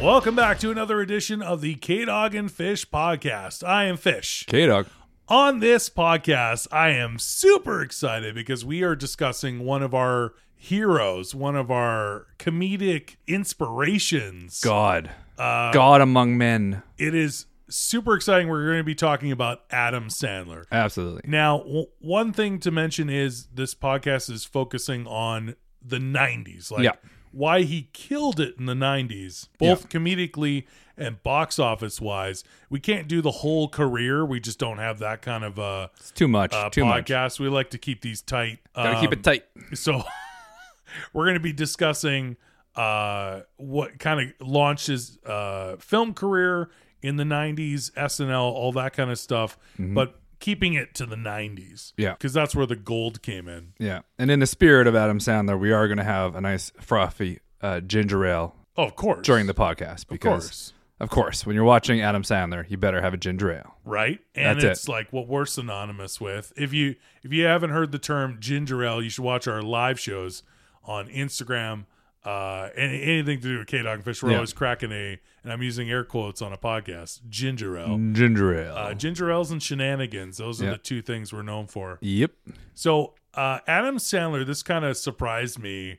Welcome back to another edition of the K Dog and Fish podcast. I am Fish. K Dog. On this podcast, I am super excited because we are discussing one of our heroes, one of our comedic inspirations. God. Uh, God among men. It is super exciting. We're going to be talking about Adam Sandler. Absolutely. Now, w- one thing to mention is this podcast is focusing on the 90s, like Yeah. why he killed it in the 90s, both comedically and box office wise. We can't do the whole career. We just don't have that kind of uh, It's too much. uh, too much. podcast. We like to keep these tight. um, Gotta keep it tight. So we're going to be discussing uh, what kind of launched his uh, film career in the 90s, SNL, all that kind of stuff, but keeping it to the 90s. Mm-hmm. Yeah. Because that's where the gold came in. Yeah. And in the spirit of Adam Sandler, we are going to have a nice frothy uh, ginger ale Oh, of course. during the podcast because, course. of course, when you're watching Adam Sandler, you better have a ginger ale. right and That's it. it's like what we're synonymous with if you if you haven't heard the term ginger ale you should watch our live shows on instagram uh and anything to do with k-dog and fish we're Yeah. always cracking a and i'm using air quotes on a podcast ginger ale Ginger ale. Oh. uh, ginger ales and shenanigans those are Mm. Yeah. the two things we're known for yep. so uh adam sandler this kind of surprised me i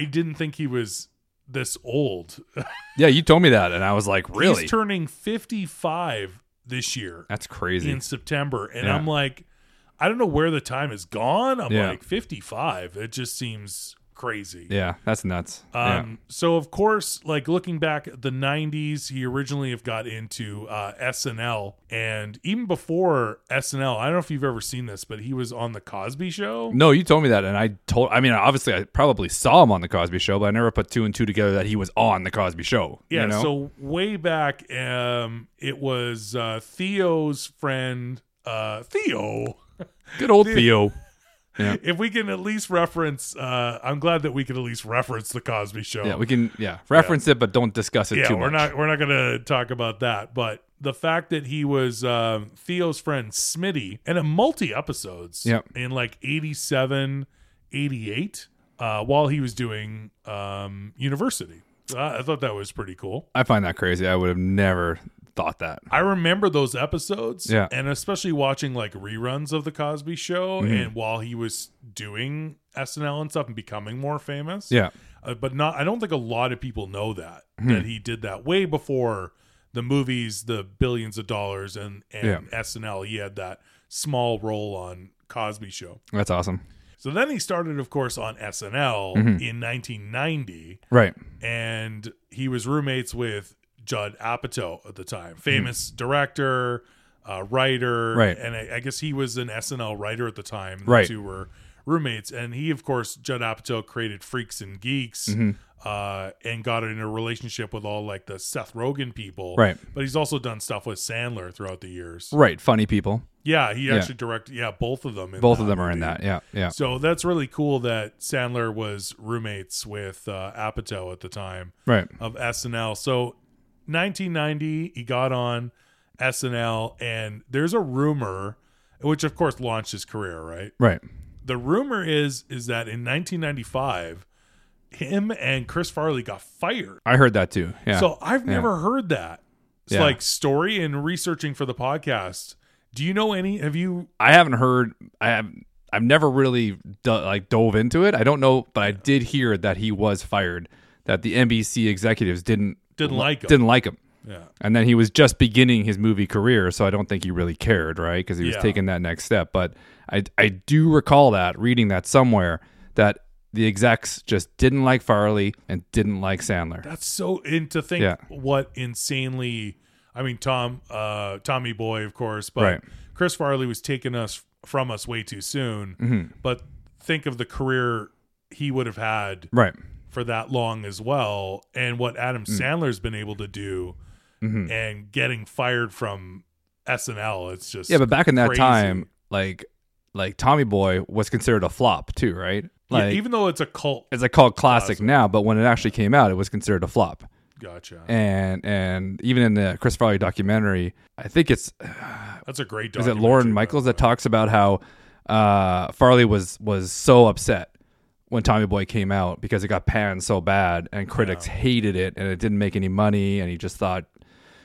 I didn't think he was this old Yeah, you told me that, and I was like, really? he's turning 55 this year That's crazy. in September, and Yeah. I'm like, I don't know where the time has gone. I'm Yeah. like 55. It just seems crazy. yeah, that's nuts. Um, So of course, like looking back at the '90s, he originally have got into uh, SNL, and even before SNL, I don't know if you've ever seen this, but he was on the Cosby Show. No, you told me that, and I told. I mean, obviously, I probably saw him on the Cosby Show, but I never put two and two together that he was on the Cosby Show. Yeah, you know? so way back, um, it was uh, Theo's friend uh, Theo. good old Theo. If we can at least reference, uh, I'm glad that we can at least reference the Cosby Show. Yeah, we can. Yeah, reference it, but don't discuss it yeah, too we're much. not we're not gonna talk about that. But the fact that he was um, Theo's friend Smitty and in multi episodes Yep. in like 87, 88, uh, while he was doing um, university. So I, I thought that was pretty cool. I find that crazy. I would have never thought that. I remember those episodes, Yeah. and especially watching like reruns of the Cosby Show, Mm-hmm. and while he was doing SNL and stuff and becoming more famous, Yeah, uh, but not i don't think a lot of people know that that he did that way before the movies the billions of dollars and and snl he had that small role on cosby show that's awesome. so then he started of course on snl in 1990 Right. and he was roommates with judd apatow at the time famous director uh, writer Hmm. Right. and I, I guess he was an snl writer at the time the Right. two were roommates and he of course judd apatow created freaks and geeks Mm-hmm. uh, and got in a relationship with all like the seth rogen people Right. but he's also done stuff with sandler throughout the years Right. Funny people. yeah he actually directed yeah both of them in Both of that them are in movie. that. Yeah. Yeah. so that's really cool that sandler was roommates with uh, apatow at the time Right. of SNL. So 1990, he got on SNL, and there's a rumor, which of course launched his career, right? Right. The rumor is is that in 1995, him and Chris Farley got fired. I heard that too. Yeah. So I've never heard that. It's Yeah. like story and researching for the podcast. Do you know any? Have you? I haven't heard. I have. I've never really do, like dove into it. I don't know, but I did hear that he was fired. That the NBC executives didn't Didn't like him. Didn't like him. Yeah. And then he was just beginning his movie career, so I don't think he really cared, right? Because he was Yeah. taking that next step. But I, I do recall that reading that somewhere that the execs just didn't like Farley and didn't like Sandler. That's so and to think Yeah. what insanely I mean Tom uh Tommy Boy of course, but Right. Chris Farley was taking us from us way too soon. Mm-hmm. But think of the career he would have had Right. for that long as well and what Adam Mm. Sandler's been able to do Mm-hmm. and getting fired from SNL it's just e, Yeah, but back in that crazy. time, like like Tommy Boy was considered a flop too, right? Yeah, Like even though it's a cult it's a cult classic now, but when it actually came out, it was considered a flop. gotcha. And and even in the Chris Farley documentary, I think it's That's a great is it documentary. Lauren Michaels that talks about how uh, Farley was was so upset when Tommy Boy came out because it got panned so bad and critics hated it and it didn't make any money and he just thought,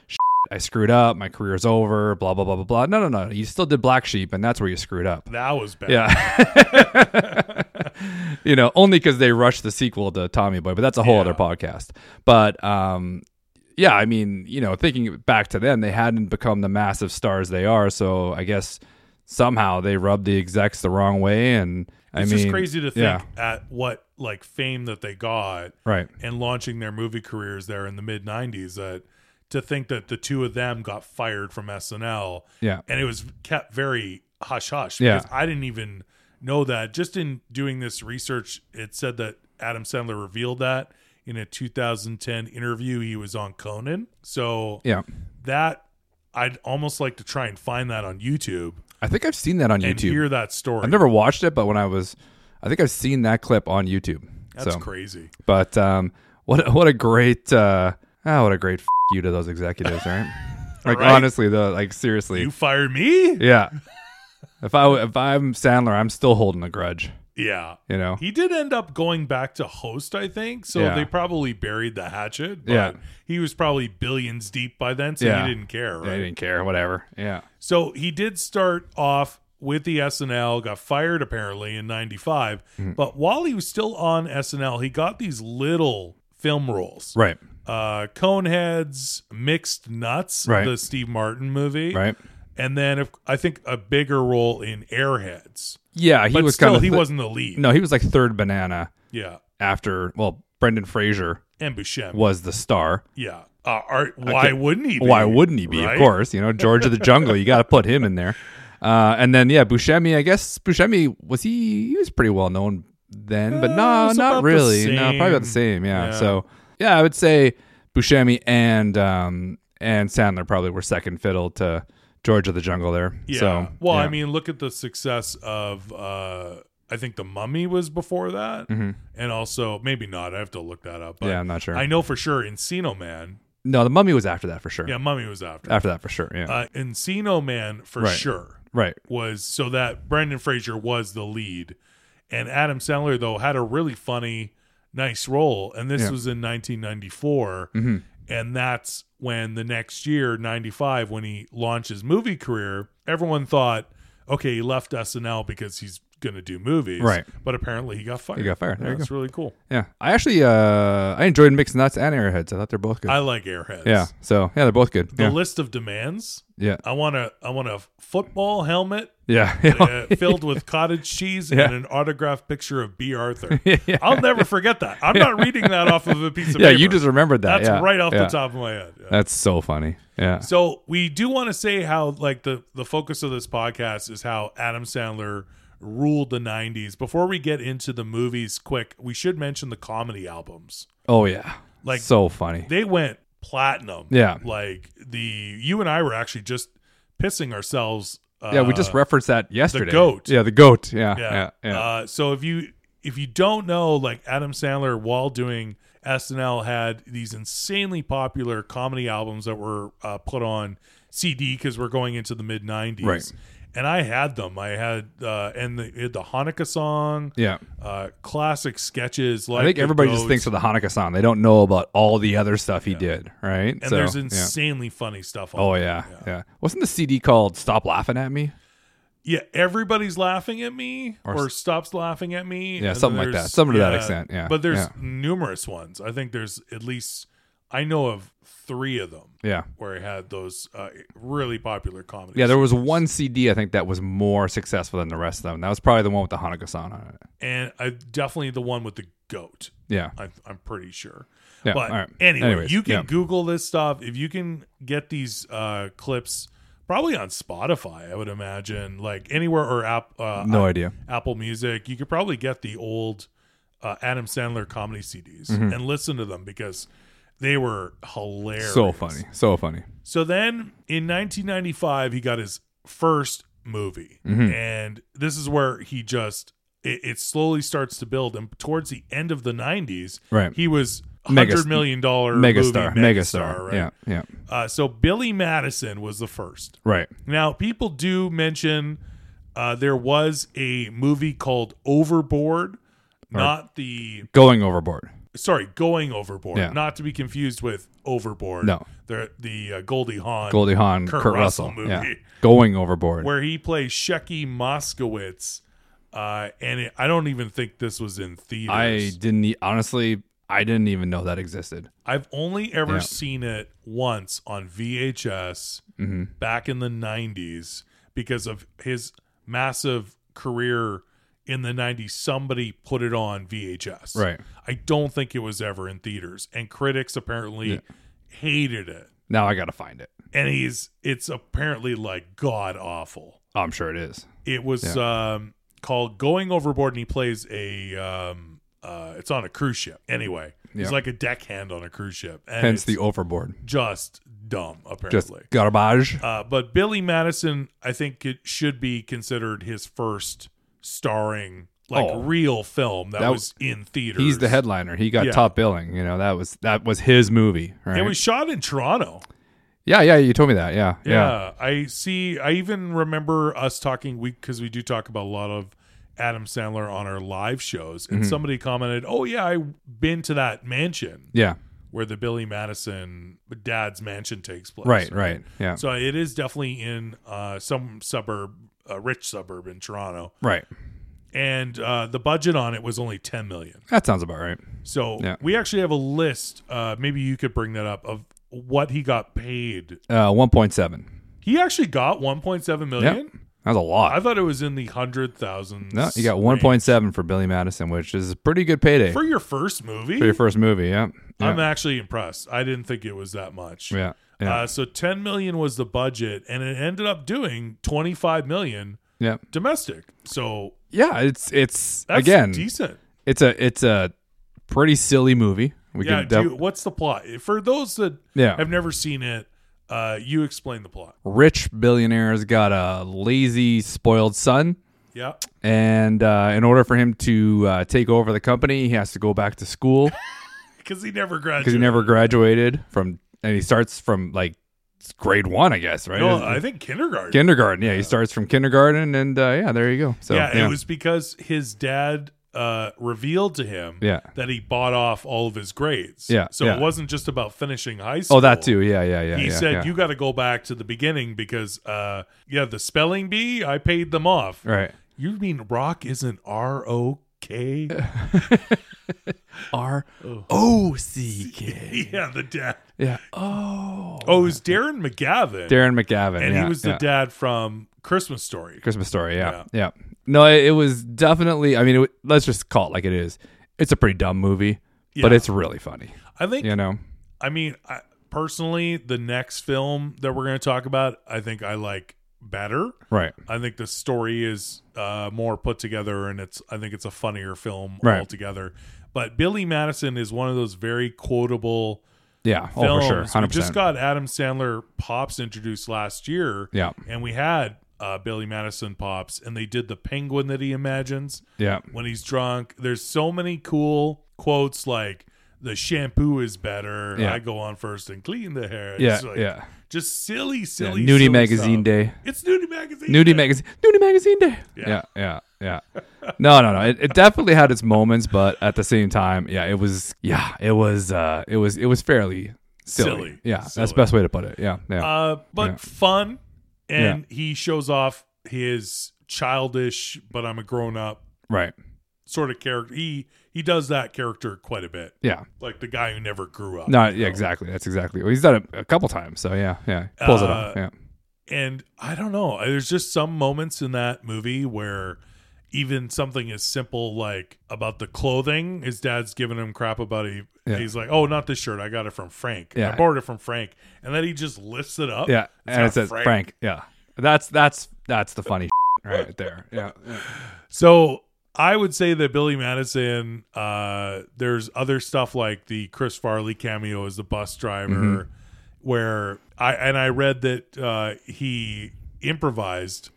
"Shit, I screwed up, my career's over, blah blah blah blah blah. No, no, no, you still did Black Sheep and that's where you screwed up. That was bad. Yeah, you know, only because they rushed the sequel to Tommy Boy, but that's a whole Yeah. other podcast. But um, yeah, I mean, you know, thinking back to then, they hadn't become the massive stars they are, so I guess somehow they rubbed the execs the wrong way, and I it's mean, just crazy to think yeah. at what like fame that they got right? and launching their movie careers there in the mid 90s that to think that the two of them got fired from SNL Yeah, and it was kept very hush hush Yeah. because I didn't even know that just in doing this research it said that Adam Sandler revealed that in a 2010 interview he was on Conan so yeah. that I'd almost like to try and find that on YouTube I think I've seen that on and YouTube. hear that story I've never watched it, but when I was, I think I've seen that clip on YouTube. that's so, crazy but um, what what a great uh, ah, what a great f- you to those executives, right? like Right. honestly, the like seriously, you fire me yeah. If I w- if I'm Sandler, I'm still holding a grudge, yeah you know. He did end up going back to host, I think. So Yeah. they probably buried the hatchet. But Yeah. He was probably billions deep by then, so Yeah. he didn't care, I right? didn't care, whatever. Yeah, So he did start off with the SNL, got fired apparently in 95. Mm-hmm. But while he was still on SNL, he got these little film roles right, uh, Coneheads, Mixed Nuts, Right. the Steve Martin movie. right. And then if, I think a bigger role in Airheads. Yeah, he But was still, kind of he wasn't the lead. no, he was like third banana Yeah. after. Well, Brendan Fraser And Buscemi. was the star. Yeah. Uh, are, why wouldn't he? Be? Why wouldn't he be? Right? Of course, you know George of the Jungle. You got to put him in there. Uh, and then yeah, Buscemi. I guess Buscemi was he? He was pretty well known then, but Uh, no, it's not about the really. No, probably about the same. same. Yeah. Yeah. So yeah, I would say Buscemi and um, and Sandler probably were second fiddle to George of the Jungle there. Yeah. So well, yeah. I mean, look at the success of. uh I think the Mummy was before that, and also maybe not. I have to look that up. But Mm-hmm. yeah, I'm not sure. I know for sure Encino Man. no, the Mummy was after that for sure. Yeah, Mummy was after. After that for sure. Yeah. Uh, Encino Man for Right. sure right. was so that Brendan Fraser was the lead, and Adam Sandler though had a really funny, nice role, and this Yeah. was in 1994. hmm And that's when the next year, 95, when he launched his movie career, everyone thought, okay, he left SNL because he's going to do movies. Right. But apparently he got fired. He got fired. There you that's really cool. Yeah. I actually uh I enjoyed Mixed Nuts and Airheads. I thought they're both good. I like Airheads. yeah. So yeah, they're both good. The yeah. list of demands yeah. I want a, I want a football helmet Yeah. uh, filled with cottage cheese Yeah. and an autographed picture of B. Arthur. yeah. I'll never forget that. I'm not reading that off of a piece of Yeah, paper. you just remembered that. That's yeah. right off Yeah. the top of my head. Yeah. That's so funny. Yeah. So we do want to say how like the the focus of this podcast is how Adam Sandler ruled the 90s. Before we get into the movies quick, we should mention the comedy albums. Oh yeah. Like- so funny. They went platinum. Yeah. Like the you and I were actually just pissing ourselves uh, yeah, we just referenced that yesterday. goat. Yeah, the goat. Yeah. yeah. Yeah. Yeah. Uh, so if you if you don't know, like Adam Sandler, while doing SNL, had these insanely popular comedy albums that were uh, put on CD because we're going into the mid '90s. Right. And I had them. I had uh, and the, it had the Hanukkah song, Yeah. uh, classic sketches. Like I think the everybody just Goats. thinks of the Hanukkah song. They don't know about all the other stuff he did, right? And so, there's yeah. insanely funny stuff. On Oh there. yeah, yeah, Wasn't the CD called "Stop Laughing at Me"? yeah. Everybody's laughing at me, or, Or- stops laughing at me. and then something like there's- that. Something to that extent, yeah, But there's yeah. numerous ones. I think there's at least I know of three of them Yeah, where I had those uh, really popular comedies. yeah. There was one CD I think that was more successful than the rest of them. That was probably the one with the Hanukkah song on it. and I definitely the one with the goat. Yeah, I, I'm pretty sure. yeah. but all right. anyway, Anyways, you can yeah. Google this stuff. If you can get these uh, clips, probably on Spotify, I would imagine, like anywhere or app, uh, no idea. Apple Music, you could probably get the old uh, Adam Sandler comedy CDs Mm-hmm. and listen to them because they were hilarious. So funny, so funny. So then in 1995, he got his first movie. Mm-hmm. And this is where he just, it, it slowly starts to build. And towards the end of the 90s, Right. he was Mega- $100 million dollar movie Megastar, megastar, megastar. right? Yeah, yeah. Uh, so Billy Madison was the first. Right. Now, people do mention uh, there was a movie called Overboard not the Going overboard. sorry, going overboard. Yeah. Not to be confused with overboard. No. the the uh, Goldie Hawn, Goldie Hawn, Kurt Kurt, Russell Russell. movie. Yeah. Going overboard. where he plays Shecky Moskowitz, uh, and it, I don't even think this was in I theaters. didn't e- honestly I didn't even know that existed. I, have only ever Yeah. seen it once on VHS Mm-hmm. back in the '90s because of his massive career in the '90s. Somebody put it on VHS, Right. I don't think it was ever in theaters, and critics apparently hated it. Now I got to find it. And he's it's apparently like god awful. Oh, I'm sure it is. It was um, called Going Overboard, and he plays a um, uh, it's on a cruise ship. Anyway, he's Yeah. like a deckhand on a cruise ship, and Hence it's the overboard. just dumb Just apparently. garbage. uh, but Billy Madison, I think it should be considered his first starring like Oh. real film that, That was in theaters. He's the headliner. He got Yeah. top billing. You know that was that was his movie, right? It was shot in Toronto. yeah, yeah. You told me that. Yeah, yeah. Yeah, I see. I even remember us talking we because we do talk about a lot of Adam Sandler on our live shows, and Mm-hmm. somebody commented, "Oh yeah, I've been to that mansion Yeah. where the Billy Madison dad's mansion takes place." Right. Right. Yeah. So it is definitely in uh, some suburb, a rich suburb in Toronto, right. and uh, the budget on it was only ten million. That sounds about right. So Yeah. we actually have a list. Uh, maybe you could bring that up of what he got paid. Uh, one point seven. He actually got one point seven million. Yep. That's a lot. I thought it was in the hundred thousands. no, you got one point seven for Billy Madison, which is a pretty good payday for for, your first movie. your first movie. Yeah. Yeah. I'm actually impressed. I didn't think it was that much. yeah. Yeah. Uh, so 10 million was the budget, and it ended up doing 25 million yeah. domestic. So Yeah. It's it's that's again. decent. It's a it's a pretty silly movie. We yeah. can def- dude, what's the plot for those that Yeah. have never seen it? Uh, you explain the plot. rich billionaires got a lazy, spoiled son. Yeah. and uh, in order for him to uh, take over the company, he has to go back to school Because he never because graduated. he never graduated from, and he starts from like grade one, I guess, right? No, I think kindergarten. kindergarten. Yeah, he starts from kindergarten, and uh, yeah, there you go. So yeah, it was because his dad uh, revealed to him Yeah. that he bought off all of his grades. Yeah, So yeah. it wasn't just about finishing high school. Oh, that too. Yeah, yeah, yeah. He yeah, said yeah. you got to go back to the beginning because uh yeah, the spelling bee, I paid them off. right. You mean rock isn't R O K? R O C K. Yeah, the dad. Yeah. Oh. Oh, it was Darren McGavin. Darren McGavin. and yeah, he was the yeah. dad from Christmas Story. Christmas story. Yeah, yeah. No, it, it was definitely. I mean, it, wa- let's just call it like it is. It's a pretty dumb movie, but Yeah. it's really funny. I think You know. I mean, I, personally, the next film that we're going to talk about, I think I like better. Right. I think the story is uh, more put together, and it's I think it's a funnier film Right. altogether. But Billy Madison is one of those very quotable Yeah. films. Oh, for sure. We 100%. just got Adam Sandler Pops introduced last year, yeah. and we had uh, Billy Madison Pops, and they did the penguin that he imagines Yeah. when he's drunk. There's so many cool quotes like the shampoo is better. Yeah. I go on first and clean the hair. It's Yeah. like- yeah. Just silly, yeah. silly. Nudie silly Magazine stuff. Day. It's nudie magazine. Nudie Day. Magazine. Nudie Magazine Day. Yeah. Yeah. Yeah. Yeah. no, no, no. It, it definitely had its moments, but at the same time, yeah, it was, yeah, it was, uh, it was, it was fairly silly. Silly. Yeah. That's Silly. the best way to put it. Yeah. Yeah. Uh, but Yeah. fun, and he shows off his childish, but I'm a grown up right. sort of character. He he does that character quite a bit, Yeah. like the guy who never grew up. No, yeah, exactly. That's exactly. Well, he's done it a couple times. So yeah. Yeah. Pulls it Uh, off. Yeah. and I don't know. There's just some moments in that movie where even something as simple like about the clothing, his dad's giving him crap about it. Yeah. He's like, "Oh, not this shirt. I got it from Frank. I Yeah. borrowed it from Frank." And then he just lifts it up. Yeah. And got it says Frank. Yeah. That's, that's, that's the funny right there. Yeah. yeah. So I would say that Billy Madison. Uh, there's other stuff like the Chris Farley cameo as the bus driver, Mm-hmm. where I and I read that uh, he improvised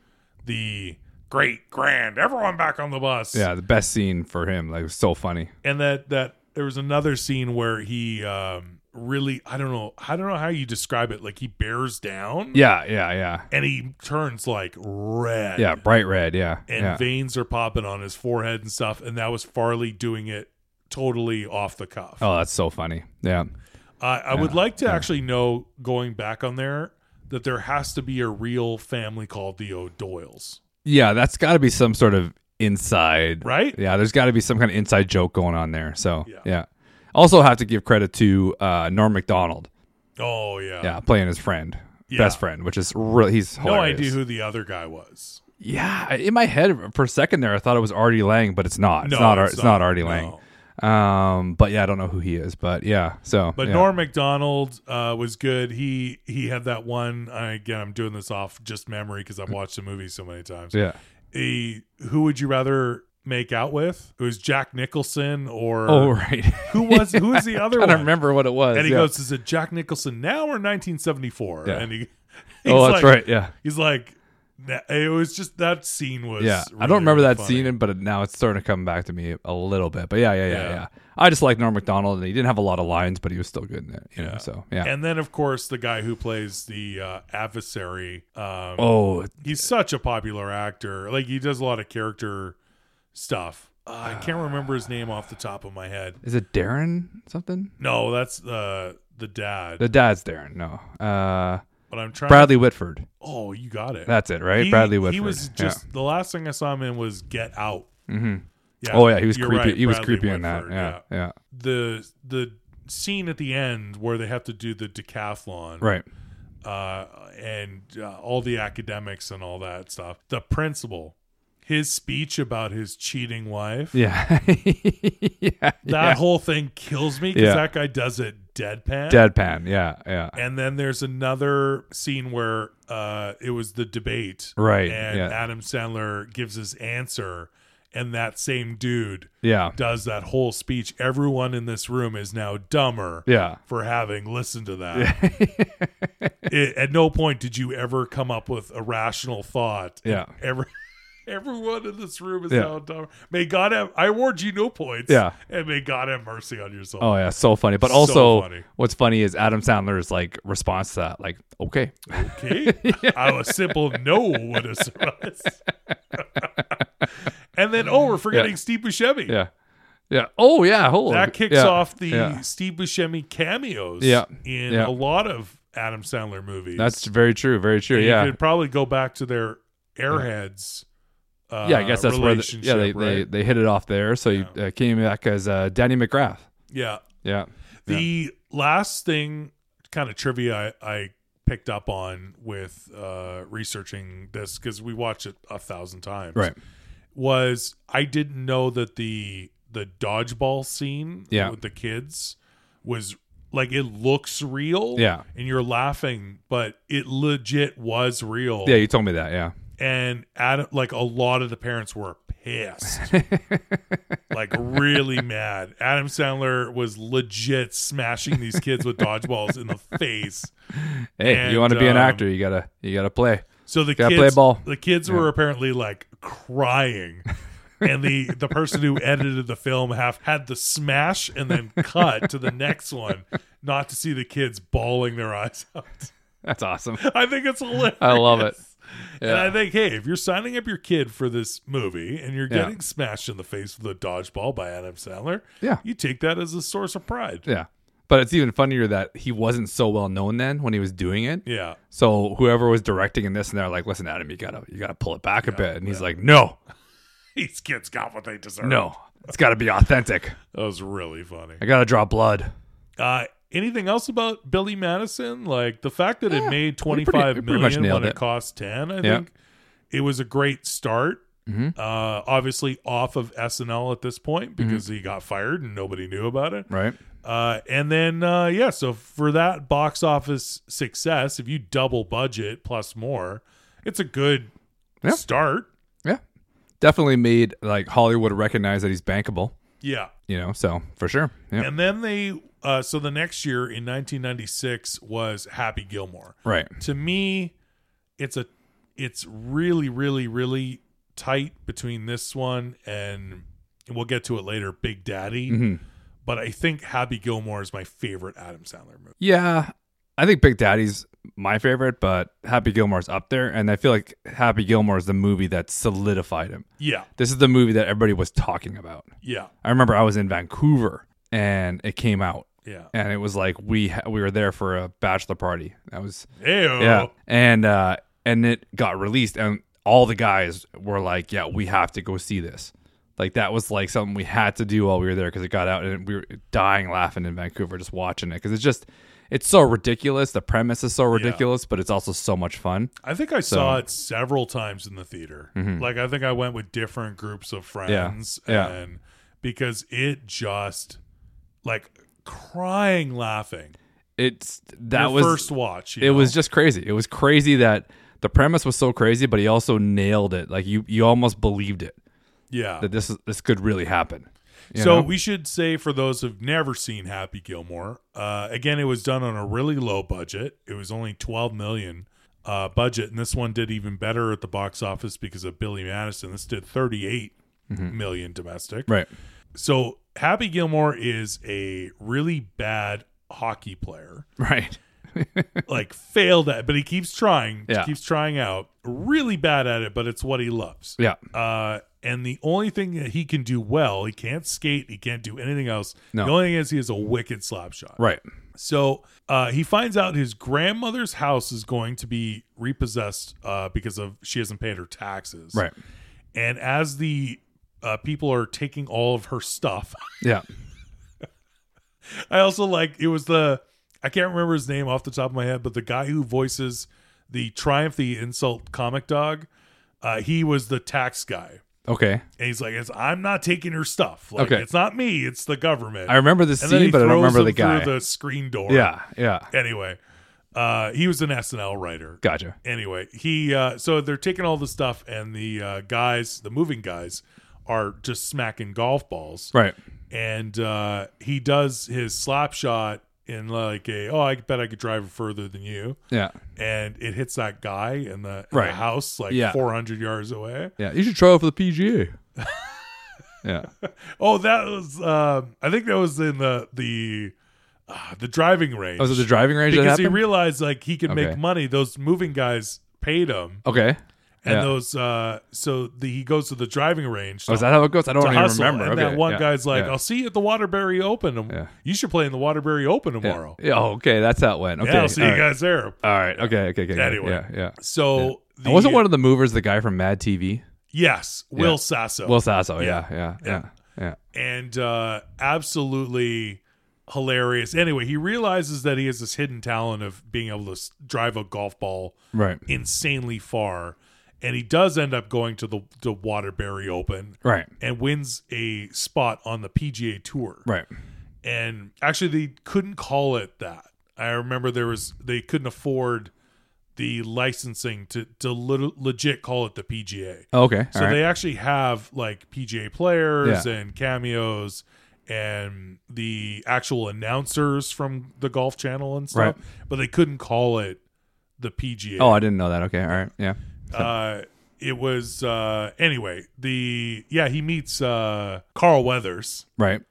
the great grand everyone back on the bus. Yeah, the best scene for him. Like, it was so funny. and that that there was another scene where he um, really I don't know I don't know how you describe it. Like he bears down Yeah, yeah, yeah. and he turns like red. Yeah, bright red, yeah. And yeah. veins are popping on his forehead and stuff. And that was Farley doing it totally off the cuff. oh, that's so funny. Yeah. I, I would like to actually know, going back on there, that there has to be a real family called the O'Doyles, Yeah, that's got to be some sort of inside. right? Yeah, there's got to be some kind of inside joke going on there. So, Yeah. yeah. Also have to give credit to uh, Norm McDonald. Oh yeah. Yeah, playing his friend. Yeah. Best friend, which is really he's No hilarious. idea who the other guy was. Yeah, in my head for a second there, I thought it was Artie Lang, but it's not. No, it's not. Ar- it's It's not not. Artie No. Lang. Um, but yeah, I don't know who he is, but yeah. So, But yeah. Norm Macdonald uh, was good. He he had that one. I, again, I'm doing this off just memory because Mm. I've watched the movie so many times. yeah. He, who would you rather make out with? It was Jack Nicholson or Oh right, who was who was the other I one? don't remember what it was. And he yeah. goes, "Is it Jack Nicholson now or 1974?" Yeah. And he, he's "Oh, that's like- right, yeah, He's like, "Nah," it was just that scene was. yeah." I really, don't remember really that funny. scene, but now it's starting to come back to me a little bit. But yeah, yeah, yeah, Yeah. yeah. I just like Norm Macdonald, and he didn't have a lot of lines, but he was still good in it. You Yeah. know, so yeah. And then, of course, the guy who plays the uh, adversary. Um, oh, he's such a popular actor. Like he does a lot of character stuff. Uh, I can't remember his name off the top of my head. is it Darren something? No, that's uh, the dad. The dad's Darren. No, uh, but I'm trying. Bradley Whitford. oh, you got it. That's it, right? He- Bradley Whitford. He was Yeah. just the last thing I saw him in was Get Out. Mhm. Yeah, Oh yeah, he was you're creepy. right, he was Bradley creepy in that. Whitford, Yeah, yeah, The the scene at the end where they have to do the decathlon, Right. Uh, and uh, all the academics and all that stuff. The principal, his speech about his cheating wife. Yeah. yeah. That yeah. whole thing kills me because Yeah. that guy does it deadpan. deadpan. Yeah, yeah. And then there's another scene where uh, it was the debate, Right. and Yeah. Adam Sandler gives his answer, and that same dude Yeah. does that whole speech. Everyone in this room is now dumber Yeah. for having listened to that. It- at no point did you ever come up with a rational thought. Yeah. Every, everyone in this room is Yeah. now dumber. May God have I award you no points. Yeah. and may God have mercy on your soul. Oh yeah, so funny. But So also funny. what's funny is Adam Sandler's like response to that, like, okay. Okay. I was simple no would have surprised. and then, oh, we're forgetting Yeah. Steve Buscemi. Yeah. Yeah. Oh yeah, hold That kicks yeah. off the yeah. Steve Buscemi cameos Yeah. in Yeah. a lot of Adam Sandler movies. That's very true, very true. And Yeah. You could probably go back to their airheads. Uh, yeah, I guess that's where the, yeah, relationship, they, they right? they hit it off there. So he uh, came back as uh, Danny McGrath. yeah. Yeah. The last thing, kind of trivia I, I picked up on with uh, researching this because we watched it a thousand times, Right. Was I didn't know that the the dodgeball scene Yeah. with the kids was like it looks real, Yeah. and you're laughing, but it legit was real, Yeah, you told me that, yeah. and Adam, like a lot of the parents were pissed, like really mad. Adam Sandler was legit smashing these kids with dodgeballs in the face. Hey, And, you want to be an um, actor, you gotta you gotta play. So the Gotta kids, play ball. the kids were apparently like crying, and the the person who edited the film half had the smash and then cut to the next one, not to see the kids bawling their eyes out. That's awesome. I think it's hilarious. I love it. Yeah. And I think, hey, if you're signing up your kid for this movie and you're Yeah. getting smashed in the face with a dodgeball by Adam Sandler, Yeah. you take that as a source of pride. Yeah. But it's even funnier that he wasn't so well known then when he was doing it. Yeah. So whoever was directing in this and they're like, listen, Adam, you gotta you gotta pull it back a bit. And he's like, No, These kids got what they deserve. no. It's gotta be authentic. That was really funny. I gotta draw blood. Uh, anything else about Billy Madison? Like the fact that it made twenty pretty- five we million pretty much when nailed it, it. cost 10, I Yeah. think it was a great start. Mhm. Uh, obviously off of SNL at this point Mm-hmm. because he got fired and nobody knew about it. Right? Uh, and then uh, yeah, so for that box office success, if you double budget plus more, it's a good Yeah. start. Yeah. Definitely made like Hollywood recognize that he's bankable, Yeah. you know, so for sure. Yeah. And then they uh, so the next year in 1996 was Happy Gilmore. right. To me, it's a it's really really really tight between this one and and we'll get to it later Big Daddy. Mhm. but I think Happy Gilmore is my favorite Adam Sandler movie. Yeah, I think Big Daddy's my favorite, but Happy Gilmore's up there, and I feel like Happy Gilmore is the movie that solidified him. Yeah, This is the movie that everybody was talking about. yeah, I remember I was in Vancouver and it came out, yeah. and it was like we ha- we were there for a bachelor party. That was Ew. yeah, and uh, and it got released, and all the guys were like, "Yeah, we have to go see this." Like that was like something we had to do while we were there because it got out, and we were dying laughing in Vancouver just watching it because it's just it's so ridiculous. The premise is so ridiculous, but it's also so much fun. I think I saw it several times in the theater. Like I think I went with different groups of friends Mm-hmm. Yeah. and because it just like crying laughing. It's that Your was first watch. you it know? was just crazy. It was crazy that the premise was so crazy, but he also nailed it. Like you you almost believed it yeah. that this is, this could really happen. you so know? we should say for those who've never seen Happy Gilmore, uh, again, it was done on a really low budget. It was only twelve million uh, budget, and this one did even better at the box office because of Billy Madison. This did thirty-eight million Mm-hmm. domestic. right. So Happy Gilmore is a really bad hockey player, Right. like failed at, but he keeps trying, Yeah. keeps trying out. Really bad at it, but it's what he loves. Yeah. Uh, and the only thing that he can do well, he can't skate, he can't do anything else. No. The only thing is he has a wicked slap shot. Right. So uh, he finds out his grandmother's house is going to be repossessed uh, because of she hasn't paid her taxes. Right. And as the uh, people are taking all of her stuff, Yeah. I also like it was the I can't remember his name off the top of my head, but the guy who voices the Triumph the Insult comic dog, uh, he was the tax guy. Okay. And he's like, it's, I'm not taking her stuff. Like, Okay. it's not me. It's the government. I remember the and then he scene, but I don't throws remember him the guy. through the screen door. yeah. Yeah. Anyway, uh, he was an SNL writer. Gotcha. Anyway, he uh, so they're taking all the stuff, and the uh, guys, the moving guys, are just smacking golf balls Right. and uh, he does his slap shot in like a oh I bet I could drive it further than you, Yeah. and it hits that guy in the, in Right. the house like Yeah. 400 yards away. Yeah. You should try out for the PGA. yeah. Oh, that was uh, I think that was in the the uh, the driving range Was Oh, it the driving range because that he happened? realized like he could Okay. make money. Those moving guys paid him, okay. and yeah. those uh, so the, he goes to the driving range. Oh, to is that how it goes? I don't to even hustle. remember. And okay. that one yeah, guy's like, "Oh, yeah, "I'll see you at the Waterbury Open. Yeah. You should play in the Waterbury Open yeah. tomorrow." Yeah. Oh, okay. That's how it went. Okay. Yeah, I'll see all you right. guys there. All right. Okay. Okay. okay, okay. Anyway. Yeah. Yeah. So the, And wasn't one of the movers the guy from Mad TV? yes, Will Sasso, Will Sasso. Oh, Yeah. Yeah. Yeah. Yeah. Yeah. and uh, absolutely hilarious. Anyway, he realizes that he has this hidden talent of being able to s- drive a golf ball Right. insanely far, and he does end up going to the, the Waterbury Open Right. and wins a spot on the PGA Tour. Right. and actually they couldn't call it that. I remember there was they couldn't afford the licensing to to le- legit call it the PGA. Oh, okay. So All right. they actually have like PGA players Yeah. and cameos and the actual announcers from the Golf Channel and stuff, but they couldn't call it the PGA. oh, I didn't know that. Okay. All right. Yeah. Uh, it was uh anyway, the yeah, he meets uh Carl Weathers Right.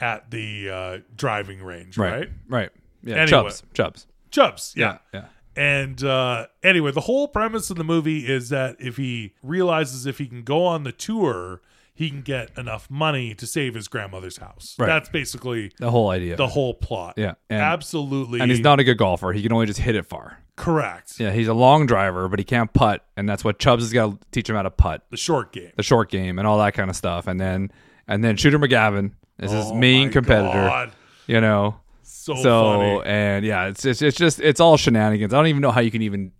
at the uh driving range, Right. right? Right. Yeah. Anyway. Chubs. Chubs. Chubbs, yeah. Yeah. And uh, anyway, the whole premise of the movie is that if he realizes if he can go on the tour, he can get enough money to save his grandmother's house. Right. That's basically The whole idea. the whole plot. Yeah. And- absolutely. and he's not a good golfer. He can only just hit it far. correct. Yeah. He's a long driver, but he can't putt. And that's what Chubs has got to teach him how to putt, The short game. the short game and all that kind of stuff. And then, and then Shooter McGavin is his Oh main my competitor, God. you know? So, so, funny. and yeah, it's, it's, it's just, it's all shenanigans. I don't even know how you can even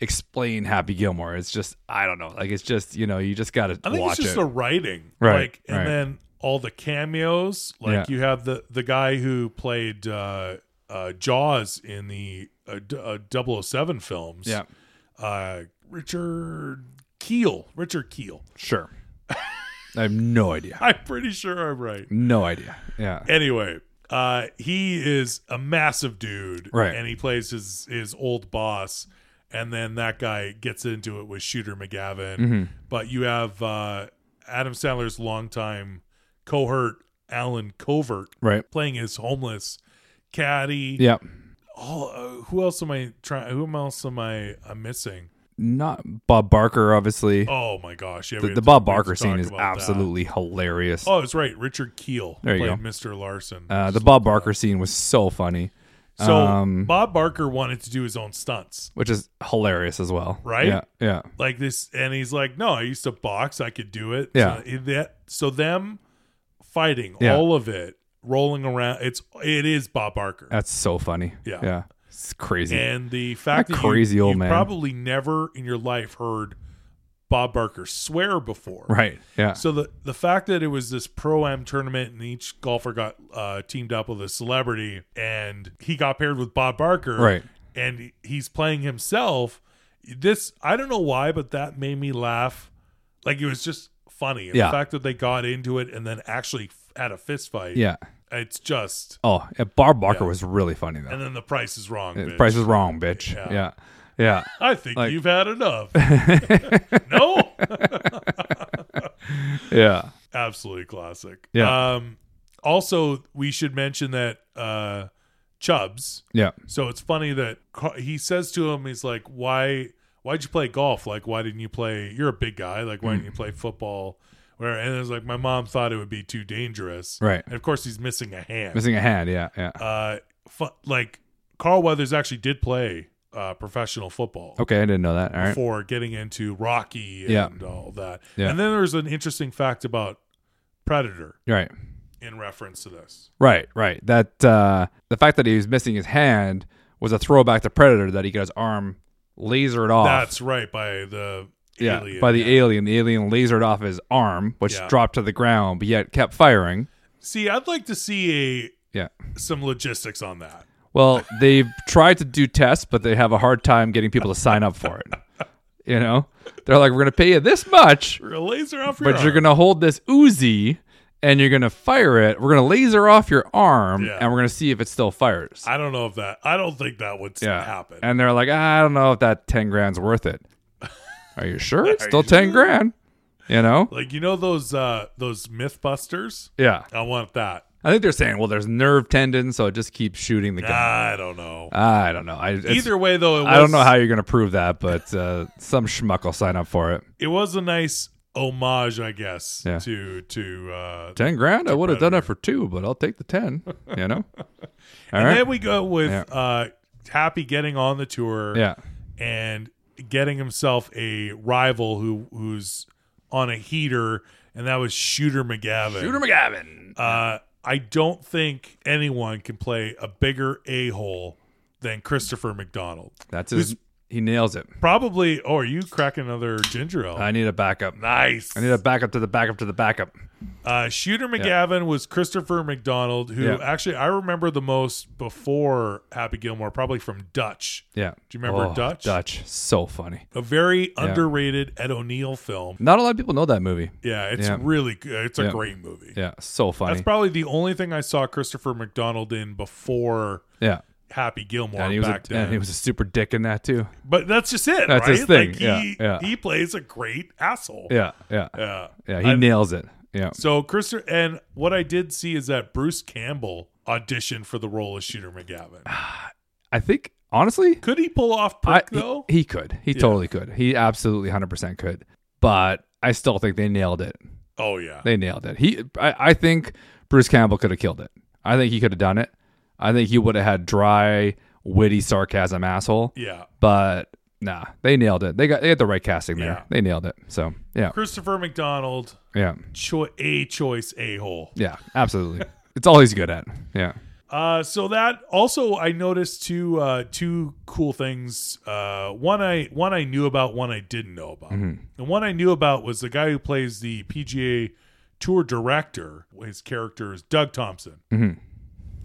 explain Happy Gilmore. It's just, I don't know. Like, it's just, you know, you just got to I think watch it's just it. the writing, Right, Like, and right. then all the cameos. Like Yeah. you have the the guy who played uh, uh, Jaws in the uh, d- uh, 007 films. yeah. uh, Richard Keel. Richard Keel. Sure. I have no idea. I'm pretty sure I'm right. No idea. Yeah. Anyway, uh, he is a massive dude, Right. And he plays his his old boss, and then that guy gets into it with Shooter Mm-hmm. McGavin. But you have uh, Adam Sandler's longtime cohort Alan Covert Right. playing his homeless caddy. Yeah. All, uh, who else am I trying? Who else am I uh, missing? Not Bob Barker, obviously. Oh my gosh! Yeah, we the, have the to- Bob we have to Barker scene talk is about that. absolutely hilarious. Oh, it's right. Richard Keel There you played Mr. Larson. Uh, the Bob Barker scene was so funny, so um, Bob Barker wanted to do his own stunts. which is hilarious as well. Right? Yeah. Yeah. like this and he's like no i used to box i could do it Yeah. so, it- that, so them fighting Yeah. all of it rolling around it's it is bob barker That's so funny. Yeah. Yeah. It's crazy. and the fact That that, crazy you, old you man. probably never in your life heard bob barker swear before right. Yeah. so the the fact that it was this pro am tournament and each golfer got uh, teamed up with a celebrity and he got paired with Bob Barker, Right. And he- he's playing himself. This I don't know why, but that made me laugh. Like it was just funny. And Yeah. The fact that they got into it and then actually f- had a fist fight. yeah. It's just Oh, yeah, Bob Barker Yeah. was really funny though. and then the price is wrong. Uh, bitch. Price is wrong, bitch. Yeah. Yeah. Yeah. I think like- you've had enough. no. Yeah. absolutely classic. Yeah. Um, also, we should mention that uh, Chubbs. Yeah. So it's funny that Car- he says to him, he's like, "Why? Why'd you play golf? Like, why didn't you play? You're a big guy. Like, why didn't you Mm. play football?" Where and it was like, my mom thought it would be too dangerous. Right. And of course, he's missing a hand. Missing a hand. Yeah. Yeah. uh, fu- like Carl Weathers actually did play uh, professional football Okay. I didn't know that. All right. for getting into Rocky and Yeah. all that. Yeah. And then there's an interesting fact about Predator Right. in reference to this. Right. Right. That, uh, the fact that he was missing his hand was a throwback to Predator that he got his arm lasered off. That's right by the yeah, alien. by the yeah. alien. The alien lasered off his arm, which Yeah. dropped to the ground, but yet kept firing. See, I'd like to see Yeah. a some logistics on that. Well, they've tried to do tests, but they have a hard time getting people to sign up for it. You know, they're like, we're going to pay you this much, We're gonna laser off your but you're arm. going to hold this Uzi and you're going to fire it. We're going to laser off your arm Yeah. and we're going to see if it still fires. I don't know if that. I don't think that would s- yeah. happen. And they're like, "Ah, I don't know if that 10 grand's worth it. Are you sure? It's Are still you 10 sure? grand. You know? like you know those uh those MythBusters. Yeah. I want that. I think they're saying, well, there's nerve tendon, so it just keeps shooting the gun. I don't know. I don't know. I, it's- Ah. Either way, though, it was, I don't know how you're going to prove that, but uh, some schmuck will sign up for it. it was a nice homage, I guess, Yeah. to to uh, 10 grand? I would have done that for two, but I'll take the 10, you know? All and right. then we go with uh, Happy getting on the tour Yeah. and getting himself a rival who who's on a heater, and that was Shooter McGavin. McGavin. Uh, I don't think anyone can play a bigger a hole than Christopher McDonald. That's his. He nails it. Probably. Oh, are you cracking another ginger ale? I need a backup. nice. I need a backup to the backup to the backup. Uh, Shooter McGavin was Christopher McDonald, who Yeah. actually I remember the most before Happy Gilmore, probably from Dutch, Yeah. Do you remember Oh, Dutch? Dutch. So funny. a very underrated Ed O'Neill film. Not a lot of people know that movie. Yeah, it's Yeah. really good. It's a Yeah. great movie. Yeah. So That's funny. probably the only thing I saw Christopher McDonald in before yeah. Happy Gilmore And he was a, back then. and he was a super dick in that too. but that's just it. That's right? his thing. Like, Yeah, he, yeah. he plays a great asshole. Yeah. Yeah. Yeah. Yeah. He I- nails it. Yeah. so Christopher, and what I did see is that Bruce Campbell auditioned for the role of Shooter McGavin. I think honestly, Could he pull off I, Prick though? he, he could. He totally could. He absolutely 100% could. But I still think they nailed it. oh yeah, They nailed it. He I, I think Bruce Campbell could have killed it. I think he could have done it. I think he would have had dry, witty sarcasm asshole. yeah. But nah, they nailed it. They got they got the right casting there. Yeah. They nailed it. So, yeah. Christopher McDonald, Yeah. cho- a choice a hole. Yeah, absolutely. it's all he's good at. Yeah. Uh, so that also I noticed two uh, two cool things. Uh, one I one I knew about, one I didn't know about. Mm-hmm. The one I knew about was the guy who plays the PGA Tour director. His character is Doug Thompson. Mm-hmm.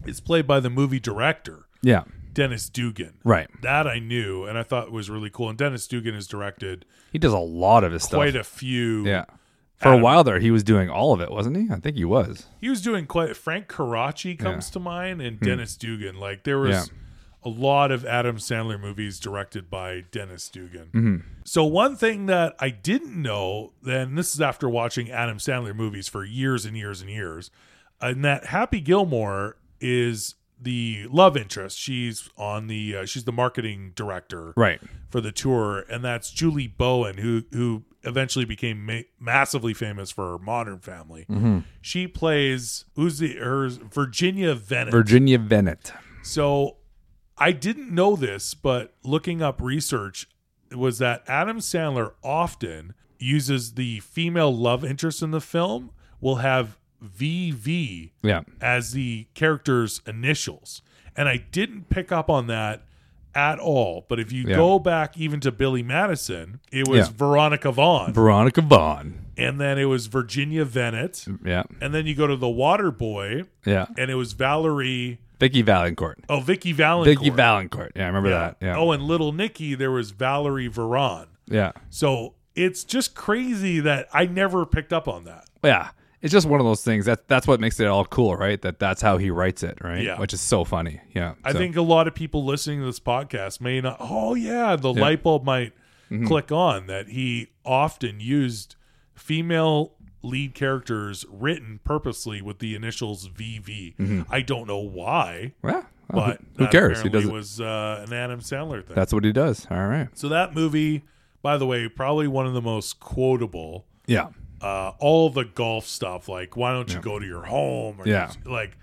It's played by the movie director Yeah. Dennis Dugan. Right. That I knew, and I thought was really cool. And Dennis Dugan has directed He does a lot of his stuff. quite a few. yeah. For a while there, he was doing all of it, wasn't he? I think he was. he was doing quite Frank Karachi comes to mind and Dennis Dugan. Like there was Yeah. a lot of Adam Sandler movies directed by Dennis Dugan. So one thing that I didn't know, then this is after watching Adam Sandler movies for years and years and years. and that Happy Gilmore is the love interest. She's on the uh, she's the marketing director Right. for the tour, and that's Julie Bowen, who who eventually became ma- massively famous for Modern Family. She plays who's the her Virginia Vennett. Virginia Bennett. So I didn't know this, but looking up research was that Adam Sandler often uses the female love interest in the film will have VV Yeah. as the character's initials. And I didn't pick up on that at all. But if you Yeah. go back even to Billy Madison, it was Yeah. Veronica Vaughn. Veronica Vaughn. and then it was Virginia Bennett. Yeah. And then you go to The Water Boy, Yeah. and it was Valerie. Vicky Valancourt. Oh, Vicky Valancourt. Vicky Valancourt. Yeah, I remember that. Yeah. Oh, and Little Nicky, there was Valerie Veron. Yeah. So it's just crazy that I never picked up on that. Yeah. It's just one of those things. That that's what makes it all cool, right? That that's how he writes it, right? Yeah. Which is so funny. Yeah. I So- think a lot of people listening to this podcast may not. Oh yeah, the light bulb might Mm-hmm. click on that he often used female lead characters written purposely with the initials VV. I don't know why, Yeah. Mm-hmm. Well, but who, who that cares? Apparently He does it. was uh, an Adam Sandler thing. That's what he does. All right. so that movie, by the way, probably one of the most quotable. Yeah. uh, all the golf stuff, like why don't you go to your home? Or Yeah. just, like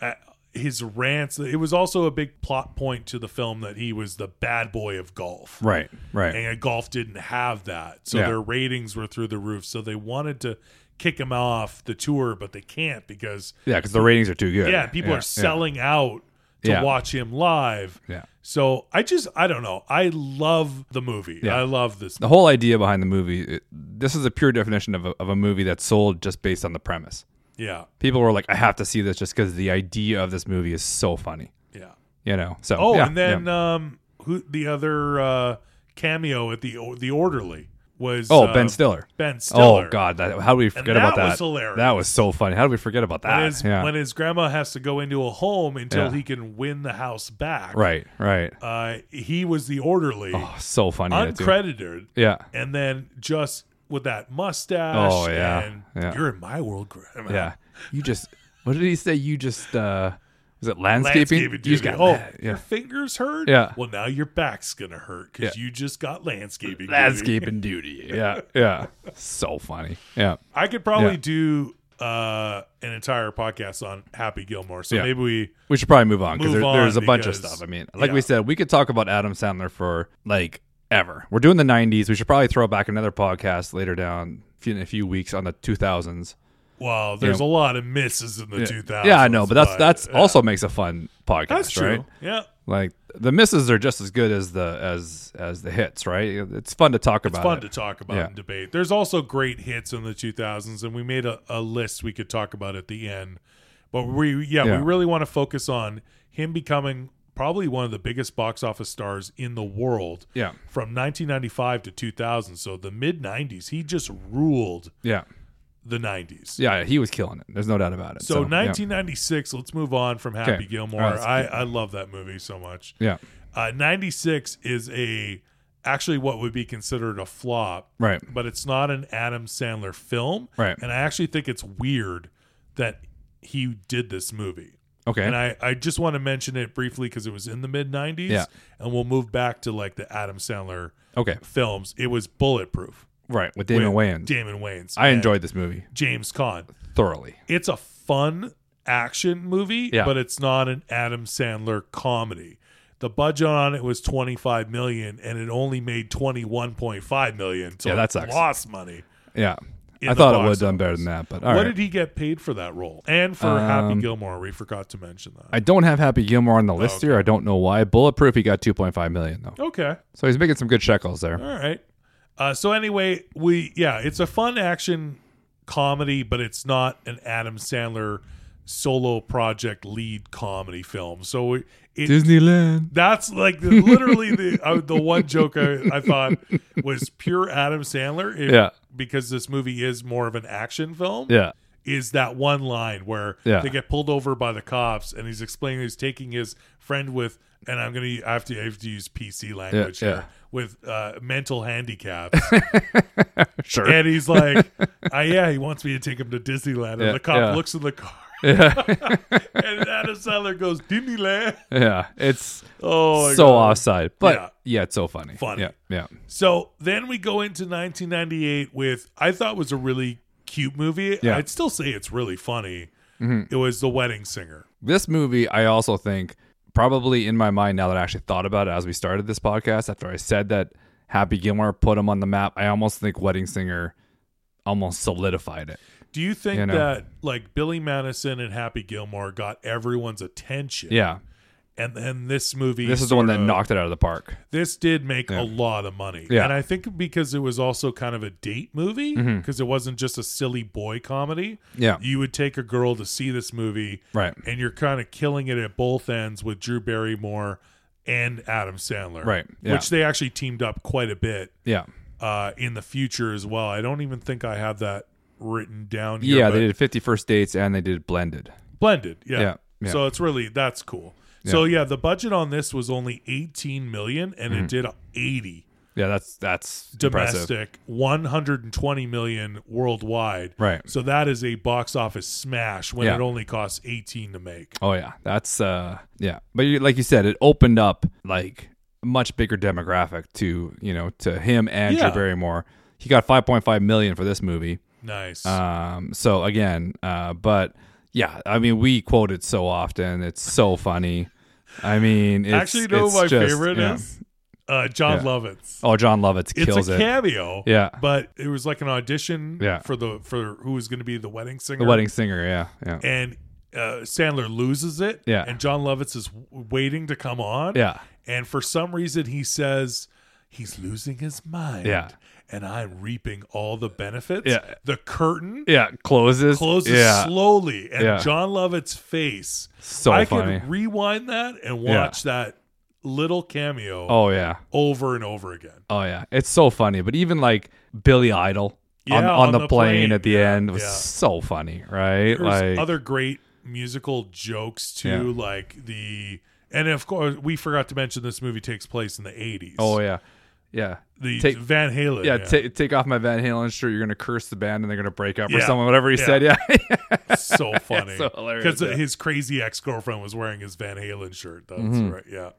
uh, his rants. It was also a big plot point to the film that he was the bad boy of golf, Right. Right. and golf didn't have that, so Yeah. their ratings were through the roof. So they wanted to kick him off the tour, but they can't because yeah, because the ratings are too good. yeah, people are selling out to Yeah. watch him live. Yeah. So I just I don't know. I love the movie. I love this. The whole idea behind the movie, it, this is a pure definition of a, of a movie that's sold just based on the premise. Yeah. People were like, I have to see this just because the idea of this movie is so funny. Yeah. You know? So Oh, yeah, and then um, who the other uh, cameo at the the orderly was yeah. oh, uh, Ben Stiller. Ben Stiller. Oh God, that, how do we forget that about that? was hilarious. That was so funny. How do we forget about that? When his, yeah. when his grandma has to go into a home until Yeah. he can win the house back. right. Right. Uh, he was the orderly, Oh, so funny. that dude. uncredited, Yeah. and then just with that mustache. Oh, yeah, And yeah. You're in my world, grandma. Yeah. You just. What did he say? You just. uh Was it landscaping? Landscaping you just duty. got. oh, your yeah. fingers hurt. Yeah. Well, now your back's gonna hurt because Yeah. you just got landscaping. duty. Landscaping duty. Yeah. Yeah. So funny. Yeah. I could probably Yeah. do uh, an entire podcast on Happy Gilmore. So Yeah. maybe we We should probably move on because Move there, on, there's a bunch of because- stuff. I mean, like we yeah. said, we could talk about Adam Sandler for like ever. We're doing the 90s. We should probably throw back another podcast later down few- in a few weeks on the 2000s. well, there's Yeah. a lot of misses in the Yeah. 2000s. Yeah, I know, but that's that's yeah. also makes a fun podcast, uh, that's true. right? Yeah, Like the misses are just as good as the as as the hits, right? It's fun to talk it's about. fun it. to talk about Yeah. and debate. There's also great hits in the 2000s, and we made a, a list we could talk about at the end. But we yeah, Yeah. we really want to focus on him becoming probably one of the biggest box office stars in the world. Yeah. From 1995 to 2000, so the mid 90s, he just ruled yeah, the 90s. yeah, he was killing it. There's no doubt about it. So, yeah. 1996, let's move on from Happy Okay. Gilmore. All right, let's I, I love that movie so much. yeah, Uh, 96 is a actually what would be considered a flop, right, but it's not an Adam Sandler film. Right. And I actually think it's weird that he did this movie. okay, And I, I just want to mention it briefly because it was in the mid 90s. Yeah. And we'll move back to like the Adam Sandler okay, films. It was Bulletproof. right with Damon with Wayans. Damon Wayans. I and enjoyed this movie James Caan thoroughly. it's a fun action movie, Yeah. but it's not an Adam Sandler comedy. The budget on it was 25 million and it only made 21.5 million. So Yeah, that it sucks. lost money. Yeah. in I the thought it box would have done office. better than that, but all What right. Um, did he get paid for that role? And for Happy Gilmore, we forgot to mention that. I don't have Happy Gilmore Oh, on the list here. I don't know why. Bulletproof, he got 2.5 million though, okay. so he's making some good shekels there. All right. Uh, so anyway, we yeah, it's a fun action comedy, but it's not an Adam Sandler solo project lead comedy film. So it, it Disneyland. That's like the, literally the uh, the one joke I, I thought was pure Adam Sandler. if- Yeah. Because this movie is more of an action film. Yeah, Is that one line where Yeah. they get pulled over by the cops and he's explaining he's taking his friend with and I'm gonna I have to, I have to use PC language yeah. here with uh, mental handicap sure. and he's like, uh, yeah, he wants me to take him to Disneyland and Yeah, the cop yeah. looks in the car yeah, and Adam Sandler goes Disneyland. yeah. It's Oh, my so God. offside, but Yeah. yeah. it's so funny. Funny. Yeah, yeah. So then we go into 1998 with I thought was a really cute movie. Yeah. Mm-hmm. I'd still say it's really funny. It was The Wedding Singer. This movie, I also think, probably in my mind now that I actually thought about it as we started this podcast, after I said that Happy Gilmore put him on the map, I almost think Wedding Singer almost solidified it. Do you think You know. that like Billy Madison and Happy Gilmore got everyone's attention? Yeah, And then this movie this is the one that sorta- knocked it out of the park. this did make Yeah. a lot of money. Yeah. Mm-hmm. And I think because it was also kind of a date movie, because it wasn't just a silly boy comedy. Yeah, You would take a girl to see this movie right, and you're kind of killing it at both ends with Drew Barrymore and Adam Sandler. Right, yeah. Which they actually teamed up quite a bit yeah, uh, in the future as well. I don't even think I have that written down here. yeah. but They did Fifty First Dates and they did Blended. blended. Yeah. Yeah, yeah. So it's really that's cool. So yeah, the budget on this was only 18 million and it did 80 Yeah, that's that's Mm-hmm. impressive. domestic, 120 million worldwide. Right. So that is a box office smash when Yeah. it only costs 18 to make. Oh yeah, that's uh yeah. But you, like you said, it opened up like a much bigger demographic to you know to him and Yeah. Drew Barrymore. He got 5.5 million for this movie. Nice. Um, so again, uh, but yeah, I mean we quote it so often. It's so funny. I mean, it's, Actually, no, it's my just- favorite yeah. is uh, John Yeah. Lovitz. oh John Lovitz It's kills a it. cameo. Yeah. But it was like an audition Yeah. for the for who was going to be the wedding singer. The wedding singer. Yeah, yeah, And uh, Sandler loses it. Yeah. And John Lovitz is w- waiting to come on. yeah. And for some reason, he says he's losing his mind. Yeah. And I'm reaping all the benefits. Yeah. The curtain Yeah, closes. closes yeah, slowly, and Yeah. John Lovett's face. so I funny. could rewind that and Yeah. watch that little cameo oh yeah, over and over again. Oh yeah, it's so funny. But even like Billy Idol on, Yeah, on, on the, the plane, plane. at the Yeah, end was yeah. so funny, right? There's Like other great musical jokes too, Yeah. like the. And of course, we forgot to mention this movie takes place in the 80s. oh yeah, yeah, the take- Van Halen. yeah. ta- take off my Van Halen shirt. You're gonna curse the band and they're gonna break up or Yeah. something. Whatever he Yeah. said. Yeah, so funny so hilarious, because yeah. his crazy ex girlfriend was wearing his Van Halen shirt. That's right. Yeah.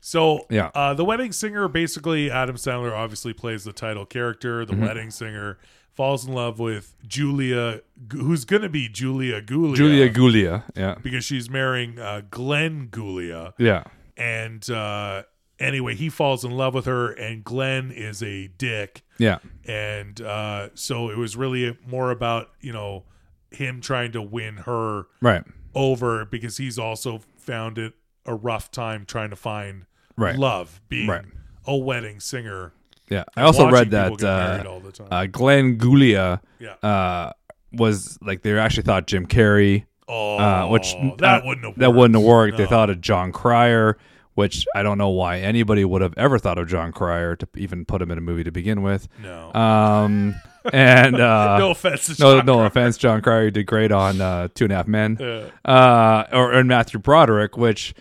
So Mm-hmm. Yeah. uh, the wedding singer basically Adam Sandler obviously plays the title character. The Mm-hmm. wedding singer falls in love with Julia, Gu- who's going to be Julia Gulia, Julia Gulia. Yeah, because she's marrying uh, Glenn Gulia. yeah, And uh, anyway, he falls in love with her, and Glenn is a dick yeah, and uh, so it was really more about you know him trying to win her right, over because he's also found it a rough time trying to find Right. love being Right. a wedding singer. yeah. I also watching read people that get married uh, all the time. uh, Glenn Gulia yeah. uh, was like they actually thought Jim Carrey. oh, uh, which that uh, wouldn't have that wouldn't have worked. They No. thought of John Cryer, which I don't know why anybody would have ever thought of John Cryer to even put him in a movie to begin with. No. Um, and uh, no offense. To no, John no Cryer. offense, John Cryer did great on uh, Two and a Half Men, Yeah. uh, or and Matthew Broderick, which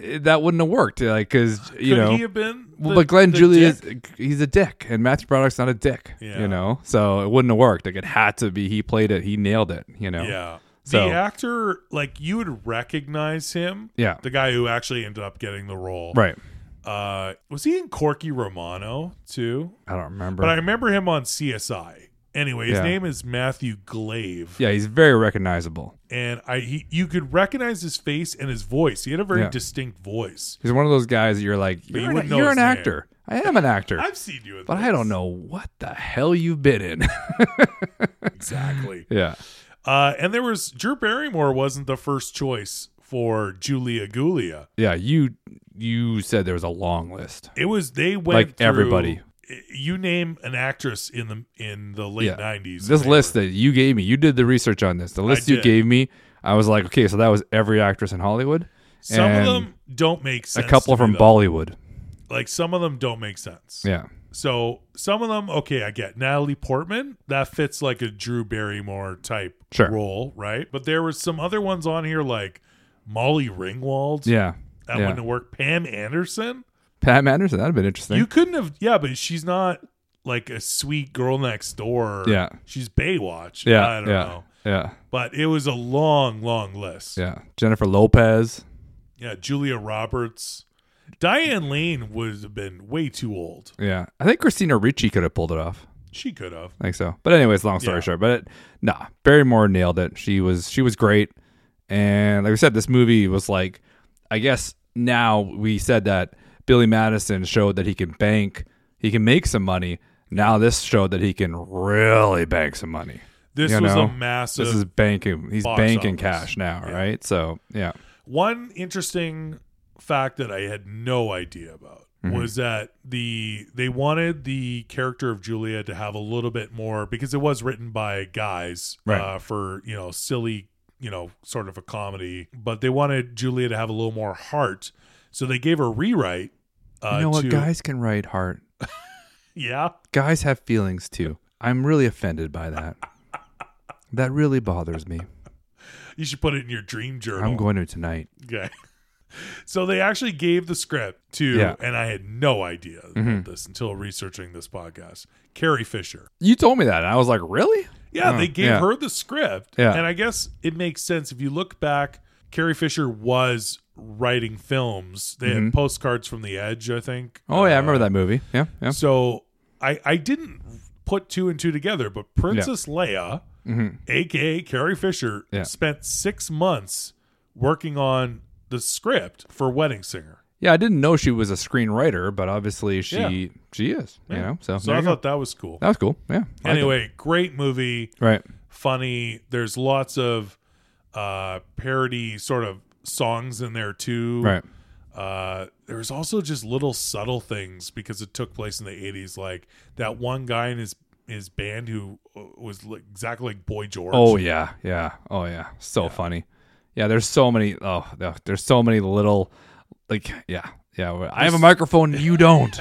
eh, that wouldn't have worked, like because you Could know. he have been? well, the- but Glenn the Julia, dick? is- he's a dick, and Matthew Broderick's not a dick, Yeah. you know. So it wouldn't have worked. Like it had to be. He played it. He nailed it. You know. Yeah. So- the actor, like you would recognize him, Yeah. the guy who actually ended up getting the role, Right. uh was he in Corky Romano too? I don't remember. But I remember him on CSI. Anyway, his Yeah. name is Matthew Glave, Yeah, he's very recognizable. and I he, you could recognize his face and his voice. He had a very Yeah. distinct voice. He's one of those guys that you're like, you're, you an- wouldn't know you're his an name. actor. I am an actor, I've seen you, in but I this. don't know what the hell you've been in. exactly. yeah, uh, and there was Drew Barrymore wasn't the first choice for Julia Gulia. yeah. You you said there was a long list. It was they went Like through- everybody. You name an actress in the in the late Yeah. nineties. This list that you gave me, you did the research on this. The list you did. gave me, I was like, okay, so that was every actress in Hollywood. some of and them don't make A sense. couple to me, from though. Bollywood. Like some of them don't make sense. Yeah, So some of them, okay, I get Natalie Portman. That fits like a Drew Barrymore type Sure. role, right? But there was some other ones on here like Molly Ringwald. yeah, That yeah. wouldn't work. Pam Anderson. Pat Anderson, that'd have been interesting. You couldn't have yeah, but she's not like a sweet girl next door. Yeah. She's Baywatch. Yeah, I don't yeah. know. Yeah. But it was a long, long list. Yeah. Jennifer Lopez. Yeah, Julia Roberts. Diane Lane would have been way too old. Yeah. I think Christina Ricci could have pulled it off. She could have. I think so. But anyways, long story Yeah. short, but it, nah, Barrymore nailed it. She was she was great, and like we said, this movie was like, I guess now we said that Billy Madison showed that he can bank, he can make some money. Now this showed that he can really bank some money. This You was know, a massive. this is banking. He's box banking office. cash now, Yeah. right? So yeah, One interesting fact that I had no idea about Mm-hmm. was that the they wanted the character of Julia to have a little bit more because it was written by guys Right. uh, for you know silly you know sort of a comedy, but they wanted Julia to have a little more heart, so they gave her a rewrite. Uh, you know what? to- Guys can write hard. Yeah, Guys have feelings too. I'm really offended by that. That really bothers me. you should put it in your dream journal. I'm going to tonight. Okay. So they actually gave the script to, Yeah. Mm-hmm. and I had no idea about this until researching this podcast. Carrie Fisher. You told me that, and I was like, "Really? Yeah, Oh, they gave yeah. her the script. Yeah. And I guess it makes sense if you look back, Carrie Fisher was writing films. They had postcards from the edge, I think. Mm-hmm. Oh yeah, I remember Uh, that movie. Yeah, yeah, So I I didn't put two and two together, but Princess Leia, aka Carrie Fisher, Mm-hmm. Yeah. spent six months working on the script for Wedding Singer. yeah. I didn't know she was a screenwriter, but obviously she Yeah. she is. You know, so, So there I you go. thought that was cool. that was cool. Yeah. I liked it. anyway, great movie, right? funny. There's lots of uh parody sort of songs in there too. Right. Uh there's also just little subtle things because it took place in the 80s like that one guy in his his band who uh, was li- exactly like Boy George. Oh yeah, yeah. Oh yeah. So funny. Yeah. There's so many. Oh, yeah, there's so many little like yeah, yeah. I have a microphone. You don't.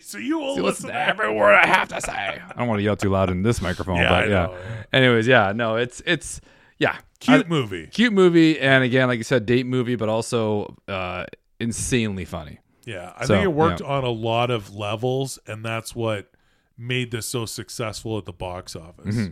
so you all You listen listen. to every word I have to say. I don't want to yell too loud in this microphone, Yeah, but I yeah. know, yeah. Anyways, yeah. No, it's it's yeah. I- Cute movie. cute movie and again like you said date movie but also uh insanely funny Yeah, I So, think it worked yeah. on a lot of levels, and that's what made this so successful at the box office. Mm-hmm.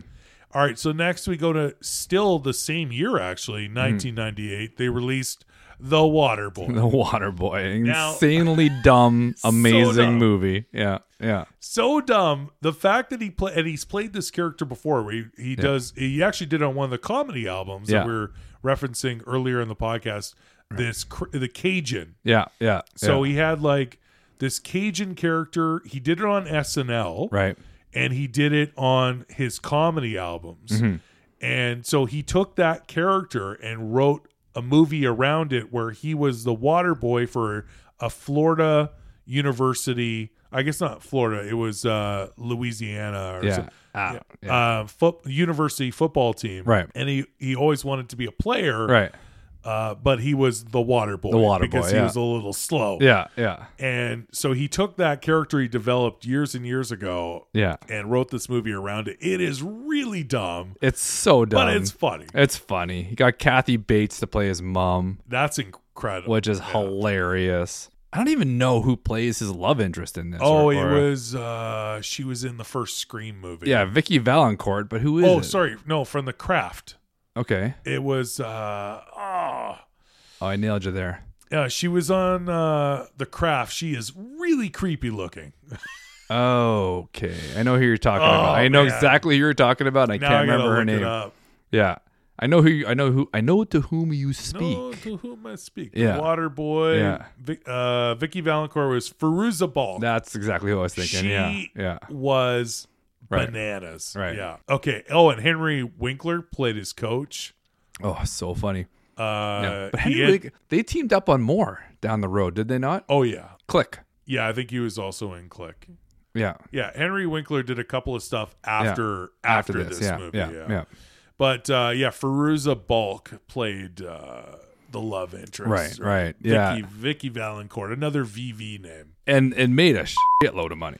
All right, so next we go to still the same year, actually, Mm-hmm. 1998. They released The Water Boy. the water boy Now- insanely dumb amazing dumb. movie yeah yeah so dumb. The fact that he play and he's played this character before, where he, he does he actually did it on one of the comedy albums Yeah. that we were referencing earlier in the podcast. This cr- the Cajun yeah yeah So yeah. he had like this Cajun character. He did it on SNL, right And he did it on his comedy albums. Mm-hmm. And so he took that character and wrote a movie around it where he was the water boy for a Florida university. I guess not Florida. It was uh, Louisiana or yeah something Ah, yeah. uh, foot, university football team. Right. And he, he always wanted to be a player. right Uh, but he was the water boy. The water Because boy, he yeah. was a little slow. yeah yeah And so he took that character he developed years and years ago yeah and wrote this movie around it. It is really dumb, it's so dumb but it's funny. it's funny he got kathy bates to play his mom That's incredible. which is hilarious i don't even know who plays his love interest in this oh, or- it or- was uh she was in the first Scream movie. yeah vicky valancourt but who is Oh, it? sorry. No, from The Craft. okay It was uh oh. oh i nailed you there Yeah, she was on uh The Craft. She is really creepy looking. Okay, I know who you're talking Oh, about. I know man. exactly who you're talking about. And I Now can't I gotta remember her look it name. up. Yeah, I know who. You, I know who. I know to whom you speak. No, to whom I speak. Yeah. Water Boy. Yeah. Vic, uh, Vicky Valancourt was Feruza Balk. That's exactly who I was thinking. yeah, She yeah. was Right. bananas. Right. Yeah. Okay. Oh, and Henry Winkler played his coach. Oh, so funny. Uh, Yeah. but he Henry, had- Winkler- they teamed up on more down the road, did they not? oh yeah, Click. yeah. I think he was also in Click. Yeah. Yeah, Henry Winkler did a couple of stuff after After, after, this, this, yeah, movie. yeah, Yeah, yeah, But uh, yeah, Feruza Balk played uh, the love interest. Right, right, yeah. Vicky, Vicky Valancourt, another VV name. and and made a shitload of money.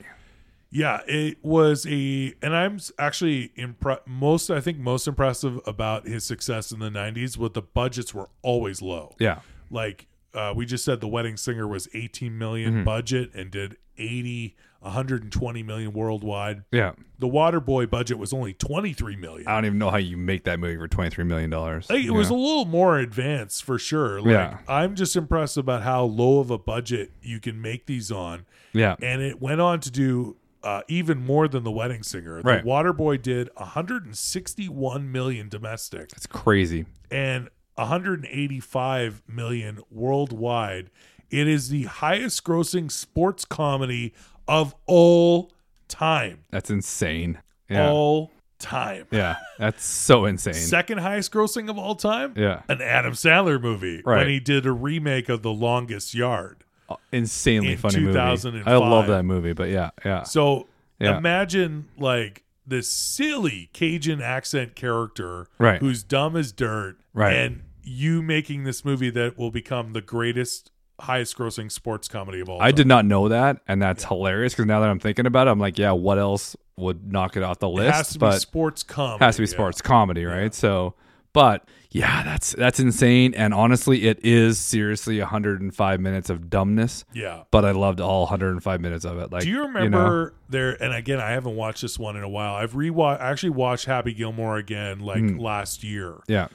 Yeah, it was a, and I'm s- actually impre- most. I think most impressive about his success in the '90s was the budgets were always low. Yeah, Like uh, we just said the wedding singer was 18 million Mm-hmm. budget and did 80 120 million worldwide Yeah. the waterboy budget was only 23 million I don't even know how you make that movie for twenty three million dollars. Like, it was a little more advanced for sure like Yeah. i'm just impressed about how low of a budget you can make these on yeah. and it went on to do uh, even more than the wedding singer Right. the waterboy did 161 million domestic It's crazy. and 185 million worldwide. It is the highest grossing sports comedy of all time. That's insane. Yeah. All time. yeah. That's so insane. Second highest grossing of all time? yeah. An Adam Sandler movie when Right. he did a remake of The Longest Yard. Insanely in funny movie. I 2005. love that movie, but yeah, yeah. So Yeah. imagine like this silly Cajun accent character Right. who's dumb as dirt Right. and you making this movie that will become the greatest highest grossing sports comedy of all I time. did not know that, and that's hilarious because now that I'm thinking about it, I'm like, yeah, what else would knock it off the It has list? to But be sports comedy. has to be yeah. sports comedy, right? So, but yeah, that's that's insane. And honestly, it is seriously 105 minutes of dumbness. Yeah. But I loved all 105 minutes of it. Like, Do you know, remember there? And again, I haven't watched this one in a while. I've rewatched. I actually watched Happy Gilmore again like last year Hmm. yeah,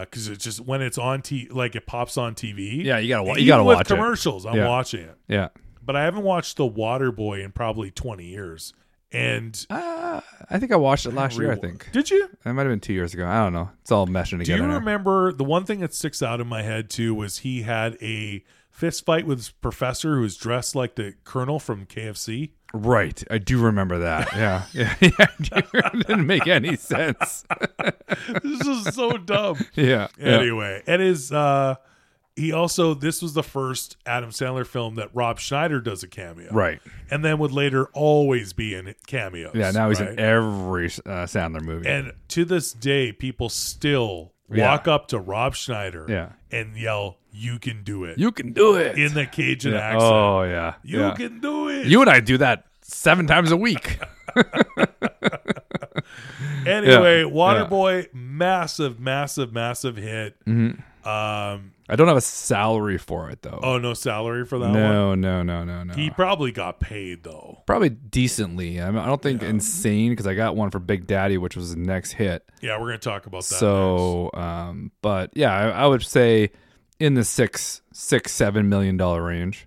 because it's just when it's on t like it pops on TV. yeah, you gotta And wa- you even gotta with watch it. commercials. I'm Yeah. watching it. Yeah, but I haven't watched The Water Boy in probably 20 years. And uh, I think I watched it last year. I think Did you? that might have been two years ago. I don't know. It's all meshing Do together. you now. remember the one thing that sticks out in my head too was he had a fist fight with his professor who was dressed like the colonel from KFC. Right, I do remember that. Yeah, yeah, yeah. it didn't make any sense. this is so dumb. Yeah, yeah. Anyway, it is uh he also this was the first Adam Sandler film that Rob Schneider does a cameo. right. And then would later always be in cameos. Yeah, now he's right? in every uh, Sandler movie. And to this day, people still Yeah. walk up to Rob Schneider Yeah. and yell, You can do it. you can do it in the Cajun Yeah. accent. Oh yeah, you yeah. can do it. You and I do that seven times a week. anyway, Yeah. Waterboy, massive, massive, massive hit. Mm-hmm. Um, I don't have a salary for it though. oh, no salary for that one. no, no, no, no, no. He probably got paid though. Probably decently. I, mean, I don't think insane because I got one for Big Daddy, which was his next hit. Yeah, we're gonna talk about that. next. so, um, but yeah, I, I would say in the six, six, seven million dollar range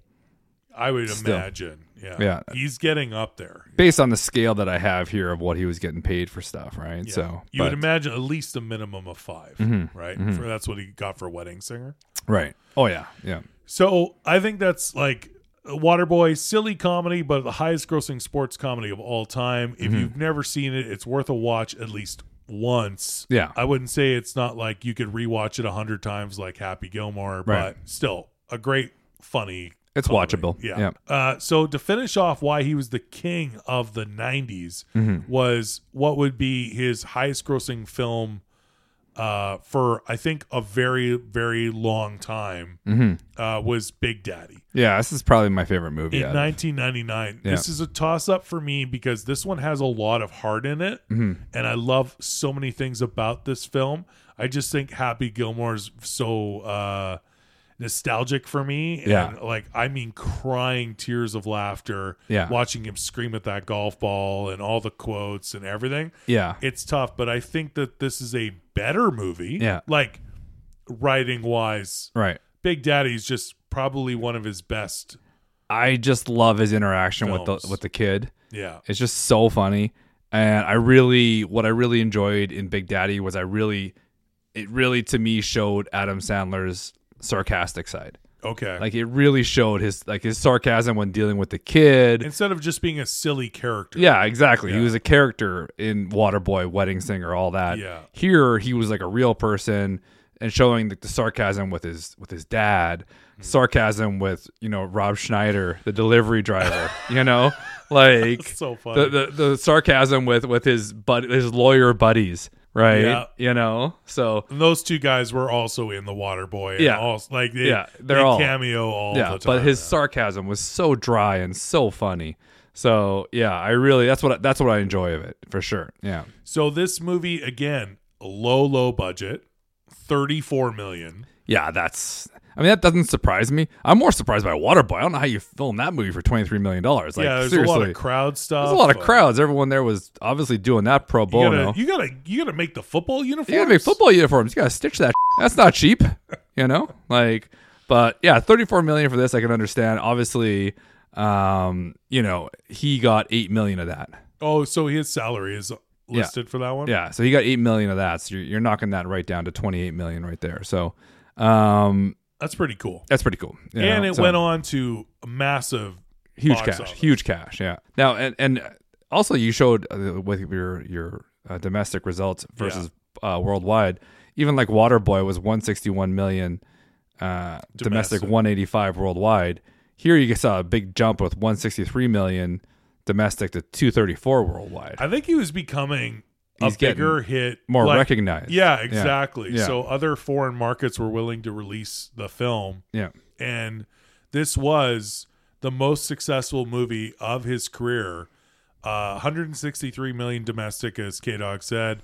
I would still. imagine. Yeah. Yeah. He's getting up there. based on the scale that I have here of what he was getting paid for stuff, right? Yeah. So, you but, Mm-hmm. would imagine at least a minimum of 5 right? For, that's what he got for Wedding Singer. right? Oh yeah, yeah, So I think that's like Waterboy, silly comedy, but the highest grossing sports comedy of all time. Mm-hmm. If you've never seen it, it's worth a watch at least once. yeah. I wouldn't say it's not like you could rewatch it a hundred times like Happy Gilmore, Right. but still a great, funny. It's comedy. watchable. Yeah. Uh, so to finish off why he was the king of the 90s Mm-hmm. was what would be his highest grossing film uh, for, I think, a very, very long time hmm uh, was Big Daddy. Yeah, this is probably my favorite movie. In out of- 1999, this is a toss up for me because this one has a lot of heart in it, Mm-hmm. and I love so many things about this film. I just think Happy Gilmore's so uh, nostalgic for me, and Yeah. like I mean, crying tears of laughter, Yeah. watching him scream at that golf ball and all the quotes and everything. yeah, It's tough, but I think that this is a better movie, Yeah. like writing wise. right. Big Daddy's just probably one of his best. I just love his interaction with the Films. with the kid. Yeah. It's just so funny. And I really what I really enjoyed in Big Daddy was I really it really to me showed Adam Sandler's sarcastic side. Okay. Like it really showed his like his sarcasm when dealing with the kid. Instead of just being a silly character. yeah, exactly. Yeah. He was a character in Waterboy, Wedding Singer, all that. Yeah. Here he was like a real person and showing the, the sarcasm with his with his dad, Mm-hmm. sarcasm with, you know, Rob Schneider, the delivery driver, you know? Like So funny. the, the the sarcasm with with his bud his lawyer buddies, right? Yeah. You know, so and those two guys were also in The Water Boy. And Yeah. all- like they, Yeah, they they're all- cameo all yeah, the time. but his sarcasm was so dry and so funny. So yeah, I really that's what that's what I enjoy of it for sure. Yeah, so this movie, again, low, low budget, 34 million. yeah, that's I mean, that doesn't surprise me. I'm more surprised by Waterboy. I don't know how you film that movie for twenty three million dollars. Like yeah, there's seriously, a lot of crowd stuff. there's a lot of uh, crowds. Everyone there was obviously doing that pro You bono. gotta, you gotta, you gotta make the football uniforms. You gotta make football uniforms. You gotta stitch that. That's not cheap, you know. Like, but yeah, thirty-four million for this, I can understand. Obviously, um, you know, he got eight million of that. Oh, so his salary is listed for that one. Yeah, so he got eight million of that. So you're, you're knocking that right down to twenty-eight million right there. So, um, that's pretty cool. that's pretty cool. you and know? it So- went on to a massive. huge box cash, office. huge cash. Yeah. Now and and also you showed uh, with your your uh, domestic results versus uh, worldwide. Even like Waterboy was 161 million uh, Domestic. domestic, 185 worldwide. Here you saw a big jump with 163 million domestic to 234 worldwide. I think he was becoming He's a getting bigger hit, More like- recognized. Yeah, exactly. Yeah. So other foreign markets were willing to release the film, Yeah. and this was the most successful movie of his career. Uh, 163 million domestic, as K Dog said,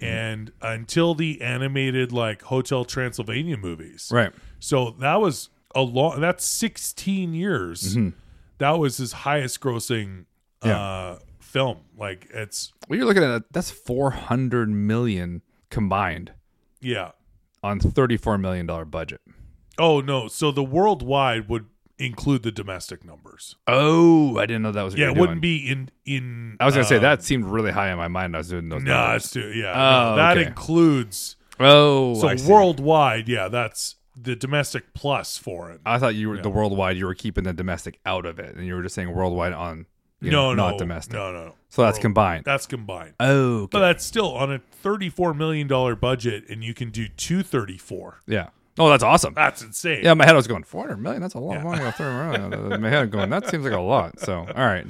Mm-hmm. and until the animated like Hotel Transylvania movies, Right. So that was a long. That's 16 years. Mm-hmm. That was his highest grossing uh, film. Like it's Well, you're looking at that's 400 million combined yeah. on 34 million dollar budget. Oh no. So the worldwide would include the domestic numbers. Oh, I didn't know that was. What Yeah, you it were wouldn't doing. be in in. I was gonna say uh, that seemed really high in my mind. I was doing those. No, numbers. it's too. Yeah, Oh, no, that okay. includes oh, so I see. worldwide. Yeah, that's the domestic plus foreign. I thought you were the worldwide. You were keeping the domestic out of it, and you were just saying worldwide on you know, no, no, not domestic. No, no. so that's World- combined. That's combined. Oh, But that's still on a thirty-four million dollar budget, and you can do two thirty-four. yeah. Oh, that's awesome. That's insane. yeah, my head was going four hundred million. That's a lot of money. I'll throw around. Uh, my head I'm going. That seems like a lot. So all right,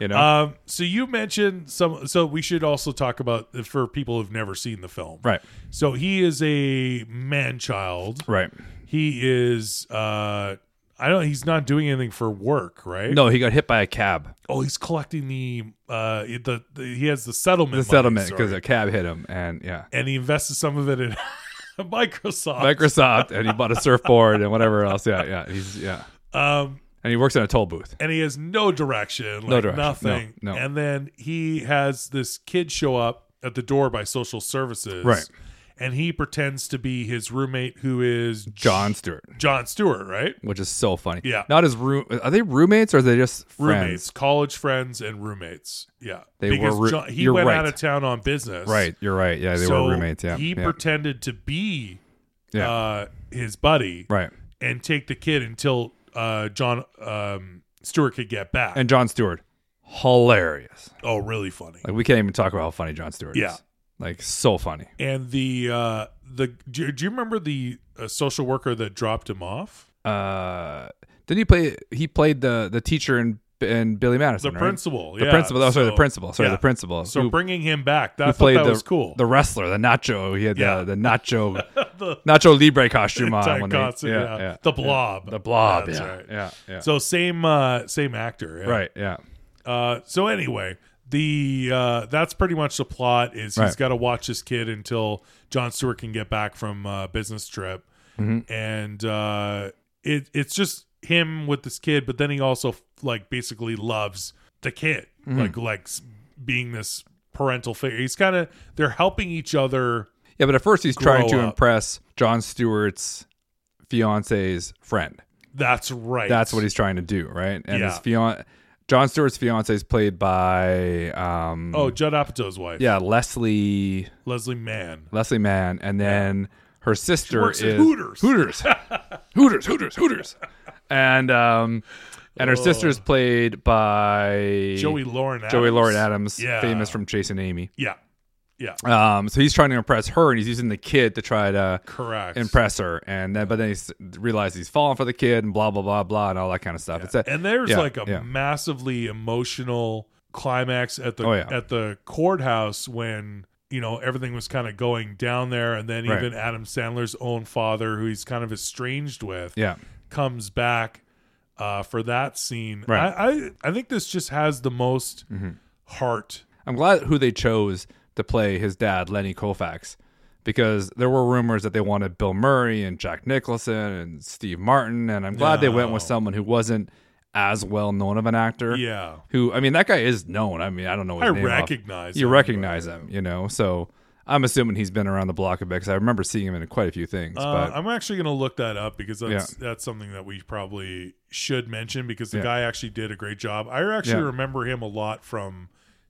you know, Um, so you mentioned some. So we should also talk about for people who've never seen the film. right, So he is a man child. right. He is. Uh, I don't. He's not doing anything for work, right? No, he got hit by a cab. Oh, he's collecting the. Uh, the, the he has the settlement. The money, settlement because sorry. a cab hit him, and yeah. and he invested some of it in Microsoft. Microsoft and he bought a surfboard and whatever else. Yeah, yeah. He's yeah. um, And he works in a toll booth. and he has no direction, like direction. No, nothing. no. And then he has this kid show up at the door by social services, Right. And he pretends to be his roommate, who is John Stewart. John Stewart, right? which is so funny. Yeah. Not as room. Are they roommates or are they just friends? Roommates, college friends, and roommates. Yeah, They because were roo- John, he you're went right. out of town on business, Right. You're right. Yeah, they So were roommates. Yeah. he yeah. pretended to be Yeah. uh, his buddy, right. and take the kid until uh, John um, Stewart could get back. And John Stewart, hilarious. oh, really funny. Like we can't even talk about how funny John Stewart Yeah. is. Like so funny. And the uh, the do, do you remember the uh, social worker that dropped him off? Uh, didn't he play? He played the the teacher in in Billy The Madison. right? principal, The yeah. principal. Oh, sorry, So- the principal. Sorry, yeah. the principal. So who, bringing him back, that, who I thought played that the was cool. the wrestler, the Nacho. He had Yeah. the, the Nacho The- Nacho Libre costume on. Time when they- constant, yeah. yeah. The blob, The blob. That's yeah, right. yeah. Yeah. So same uh, same actor, yeah. right. Yeah. Uh, so anyway, the uh, that's pretty much the plot is he's Right. got to watch this kid until John Stewart can get back from uh, business trip, Mm-hmm. and uh, it it's just him with this kid, but then he also like basically loves the kid, Mm-hmm. like like s- being this parental figure. He's kind of they're helping each other. Yeah, but at first he's grow trying to up. impress John Stewart's fiance's friend. That's right. That's what he's trying to do, right? And Yeah. his fian John Stewart's fiance is played by um Oh, Judd Apatow's wife, yeah, Leslie Leslie Mann. Leslie Mann and then her sister works at is Hooters. Hooters. Hooters, Hooters, Hooters. And um and her sister is played by Joey Lauren. Adams. Joey Lauren Adams, Yeah. famous from Chase and Amy. Yeah, yeah, Um so he's trying to impress her and he's using the kid to try to correct. impress her and then but then he's realized he's falling for the kid and blah blah blah blah and all that kind of stuff it's a, and there's Yeah, like a yeah. massively emotional climax at the Oh, yeah. at the courthouse when you know everything was kind of going down there and then Right. even adam sandler's own father who he's kind of estranged with yeah comes back uh, for that scene Right. Mm-hmm. I, I i think this just has the most heart i'm glad who they chose to play his dad lenny koufax because there were rumors that they wanted Bill Murray and Jack Nicholson and Steve Martin, and I'm glad they went with No. someone who wasn't as well known of an actor. Yeah. Who I mean, that guy is known. I mean, I don't know. His I name off- recognize you him, recognize him, you know. So I'm assuming he's been around the block a bit because I remember seeing him in quite a few things. but, Uh, I'm actually going to look that up because that's Yeah. that's something that we probably should mention because the Yeah. guy actually did a great job. I actually Yeah. remember him a lot from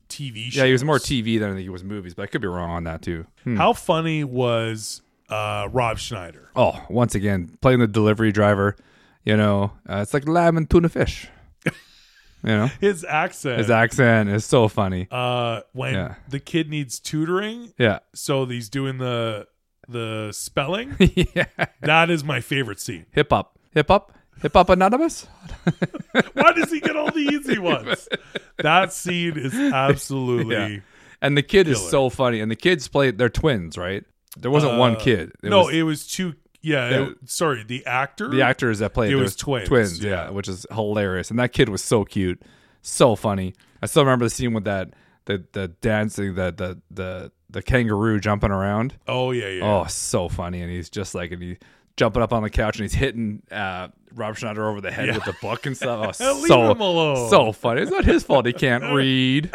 TV shows. but yeah, he was more TV than I think he was movies, but I could be wrong on that too. Hmm. How funny was uh, Rob Schneider? Oh, once again, playing the delivery driver, you know, uh, it's like lamb and tuna fish. you know, His accent. his accent is so funny. uh, when Yeah. the kid needs tutoring, Yeah, so he's doing the the spelling. yeah, that is my favorite scene. hip hop, hip hop, hip hop anonymous. Why does he get all the easy ones? That scene is absolutely. And the kid is Killer. so funny. And the kids play; they're twins, right? There wasn't one Uh, kid. It no, was it was two. Yeah, it- Yeah. sorry, the actor. the actors that played It there was twins, twins, yeah. yeah. which is hilarious. And that kid was so cute, so funny. I still remember the scene with that the the dancing, the the the the kangaroo jumping around. Oh yeah, yeah. Oh, so funny! And he's just like, and he's jumping up on the couch and he's hitting uh, Rob Schneider over the head with the book and stuff. Oh, Uh, Leave so him alone. so funny! It's not his fault he can't read.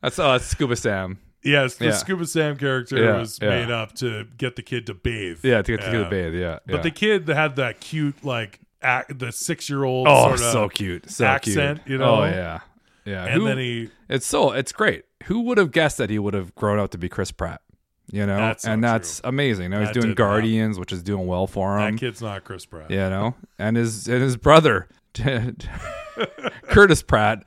That's uh, Scuba Sam. yes, the yeah. Scuba Sam character Yeah, was yeah. made up to get the kid to bathe. Yeah, to get to the Yeah. bathe. Yeah, but yeah. the kid that had that cute like act, the six year old. oh, sort so cute, so accent, cute. you know? Oh yeah, yeah. And Who- then he It's so it's great. Who would have guessed that he would have grown up to be Chris Pratt? You know, That's so and that's amazing. Now he's That did doing not- Guardians, which is doing well for that him. kid's not Chris Pratt. You know, and his and his brother Curtis Pratt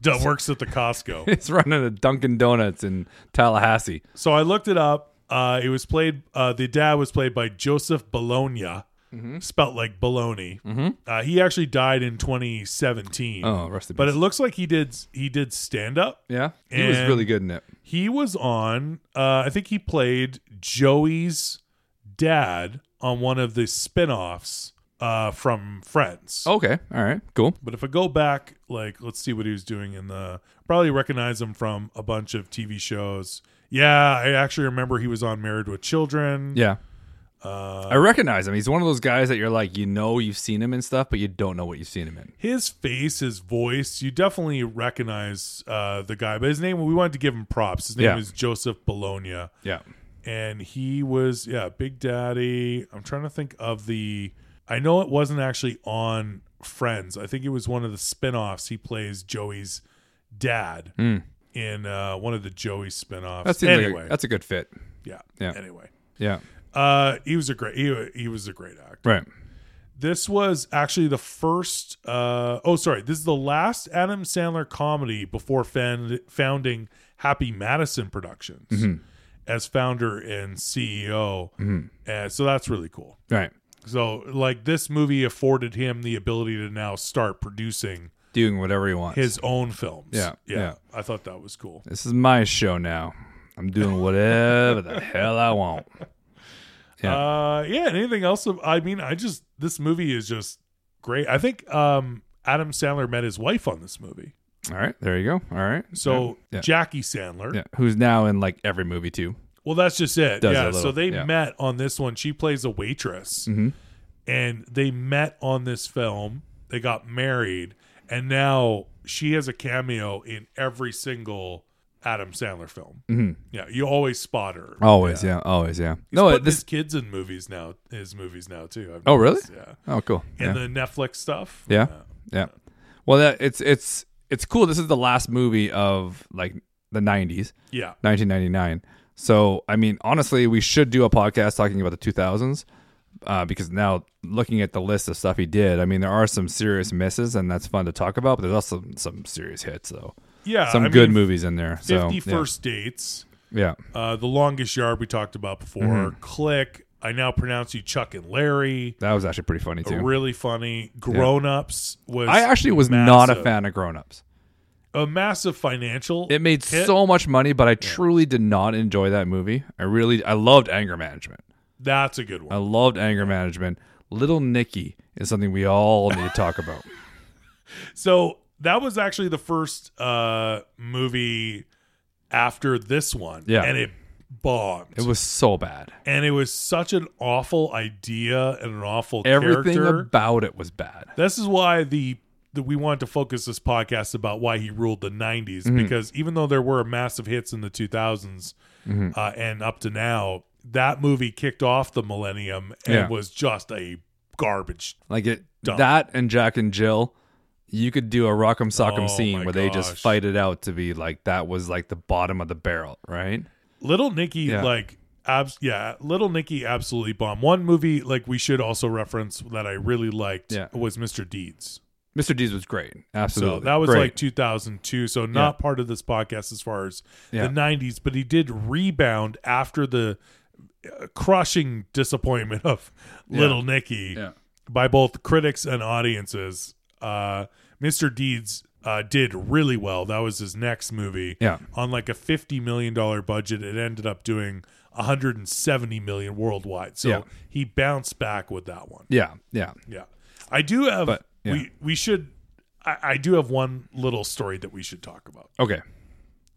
Duh, works at the Costco. is running a Dunkin' Donuts in Tallahassee. so I looked it up. Uh, it was played. Uh, the dad was played by Joseph Bologna, Mm-hmm. spelt like baloney. Uh, he actually died in 2017. Oh, rest in But it peace. looks like he did. He did stand up. yeah, he was and- really good in it. He was on. Uh, I think he played Joey's dad on one of the spin-offs uh, from Friends. Okay, all right, cool. But if I go back, like, let's see what he was doing in the. Probably recognize him from a bunch of TV shows. Yeah, I actually remember he was on Married with Children. Yeah, Uh, I recognize him. He's one of those guys that you're like, you know, you've seen him and stuff, but you don't know what you've seen him in. his face, his voice, you definitely recognize uh, the guy. But his name, we wanted to give him props. His name Yeah. is Joseph Bologna. Yeah, and he was yeah big daddy i'm trying to think of the i know it wasn't actually on friends i think it was one of the spin-offs he plays joey's dad in uh, one of the joey spin-offs Hmm. that seems anyway like a, that's a good fit. yeah, yeah. anyway Yeah, uh, he was a great he, wa- he was a great actor right. this was actually the first uh, oh sorry this is the last adam sandler comedy before fan, founding happy madison productions Mm-hmm. as founder and ceo and so that's really cool Right. so like this movie afforded him the ability to now start producing Doing whatever he wants. his own films Yeah, yeah, yeah. i thought that was cool this is my show now. I'm doing whatever the hell I want. Yeah. uh yeah and anything else of- i mean i just this movie is just great i think um adam sandler met his wife on this movie All right, there you go. All right. so Yeah. jackie sandler yeah, who's now in like every movie too. Well, that's just it. Does yeah. a little, so they yeah. met on this one. She plays a waitress, Mhm. and they met on this film. They got married, and now she has a cameo in every single Adam Sandler film. Mhm. Yeah, you always spot her. Always, yeah, always, yeah. Oh, no, Mm-hmm. Put it- this. his kids in movies now. His movies now too. I've Oh, really? noticed, Yeah. Oh, cool. And yeah. the Netflix stuff. Yeah. yeah. Well, that it's it's it's cool. This is the last movie of like the '90s, Yeah. 1999. So, I mean, honestly, we should do a podcast talking about the 2000s. Uh, because now looking at the list of stuff he did, I mean, there are some serious misses, and that's fun to talk about. But there's also some, some serious hits, though. Yeah. Some Uh, I good mean, movies in there. So, Fifty yeah. First Dates. yeah, Uh, the longest yard we talked about before. Mm-hmm. Click. I now pronounce you Chuck and Larry. that was actually pretty funny too. Really funny. Grown Ups was. I actually was not a fan of Grown Ups. A massive financial. It made hit. so much money, but I truly did not enjoy that movie. I really, I loved Anger Management. That's a good I one. loved Anger Management. Little Nicky is something we all need to talk about. So that was actually the first uh, movie after this one. Yeah. and it bombed. It was so bad. and it was such an awful idea and an awful Everything character. about it was bad. this is why the that we wanted to focus this podcast about why he ruled the 90s Mm-hmm. because even though there were massive hits in the 2000s Mm-hmm. uh, and up to now that movie kicked off the millennium and Yeah. was just a garbage Like it Dumb. that and Jack and Jill, you could do a rock'em sock'em Oh scene my where they just gosh. fight it out to be like that was like the bottom of the barrel, right? Little Nicky, Yeah. like, abs- yeah, Little Nicky absolutely bomb. One movie, like, we should also reference that I really liked Yeah. was Mr. Deeds. Mr. Deeds was great. Absolutely. So that was Great. like 2002. So not part of this podcast as far as Yeah. the 90s, but he did rebound after the uh, crushing disappointment of Little Nicky Yeah. by both critics and audiences. Uh, Mr. Deeds uh, did really well. That was his next movie Yeah. on like a fifty million dollar budget, it ended up doing hundred and seventy million worldwide. So Yeah. he bounced back with that one. Yeah. Yeah. Yeah, I do have. But, yeah. We we should. I, I do have one little story that we should talk about Okay.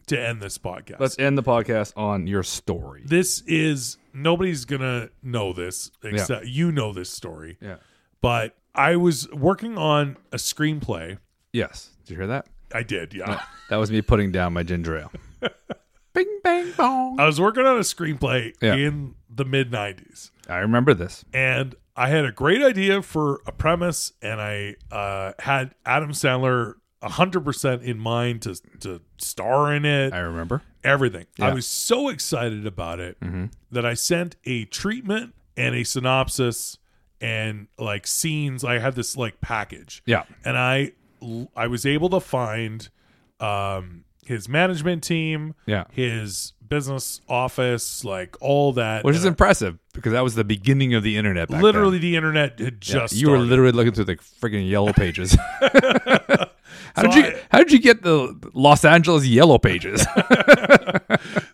to end this podcast. Let's end the podcast on your story. this is nobody's gonna know this except you know this story, Yeah. but I was working on a screenplay. Yes. Did you hear that? I did, yeah. That was me putting down my ginger ale. Bing bang bong. I was working on a screenplay Yeah. in the mid '90s. I remember this. and I had a great idea for a premise, and I uh, had Adam Sandler hundred percent in mind to to star in it. I remember. everything. I Yeah. Mm-hmm. was so excited about it that I sent a treatment and a synopsis and like scenes. I had this like package, Yeah. and I I was able to find um, his management team, Yeah. his business office, like all that, Which And is I- impressive because that was the beginning of the internet. Back then. literally the internet had just you were started. literally looking through the freaking yellow pages. how So did you I- how did you get the Los Angeles yellow pages?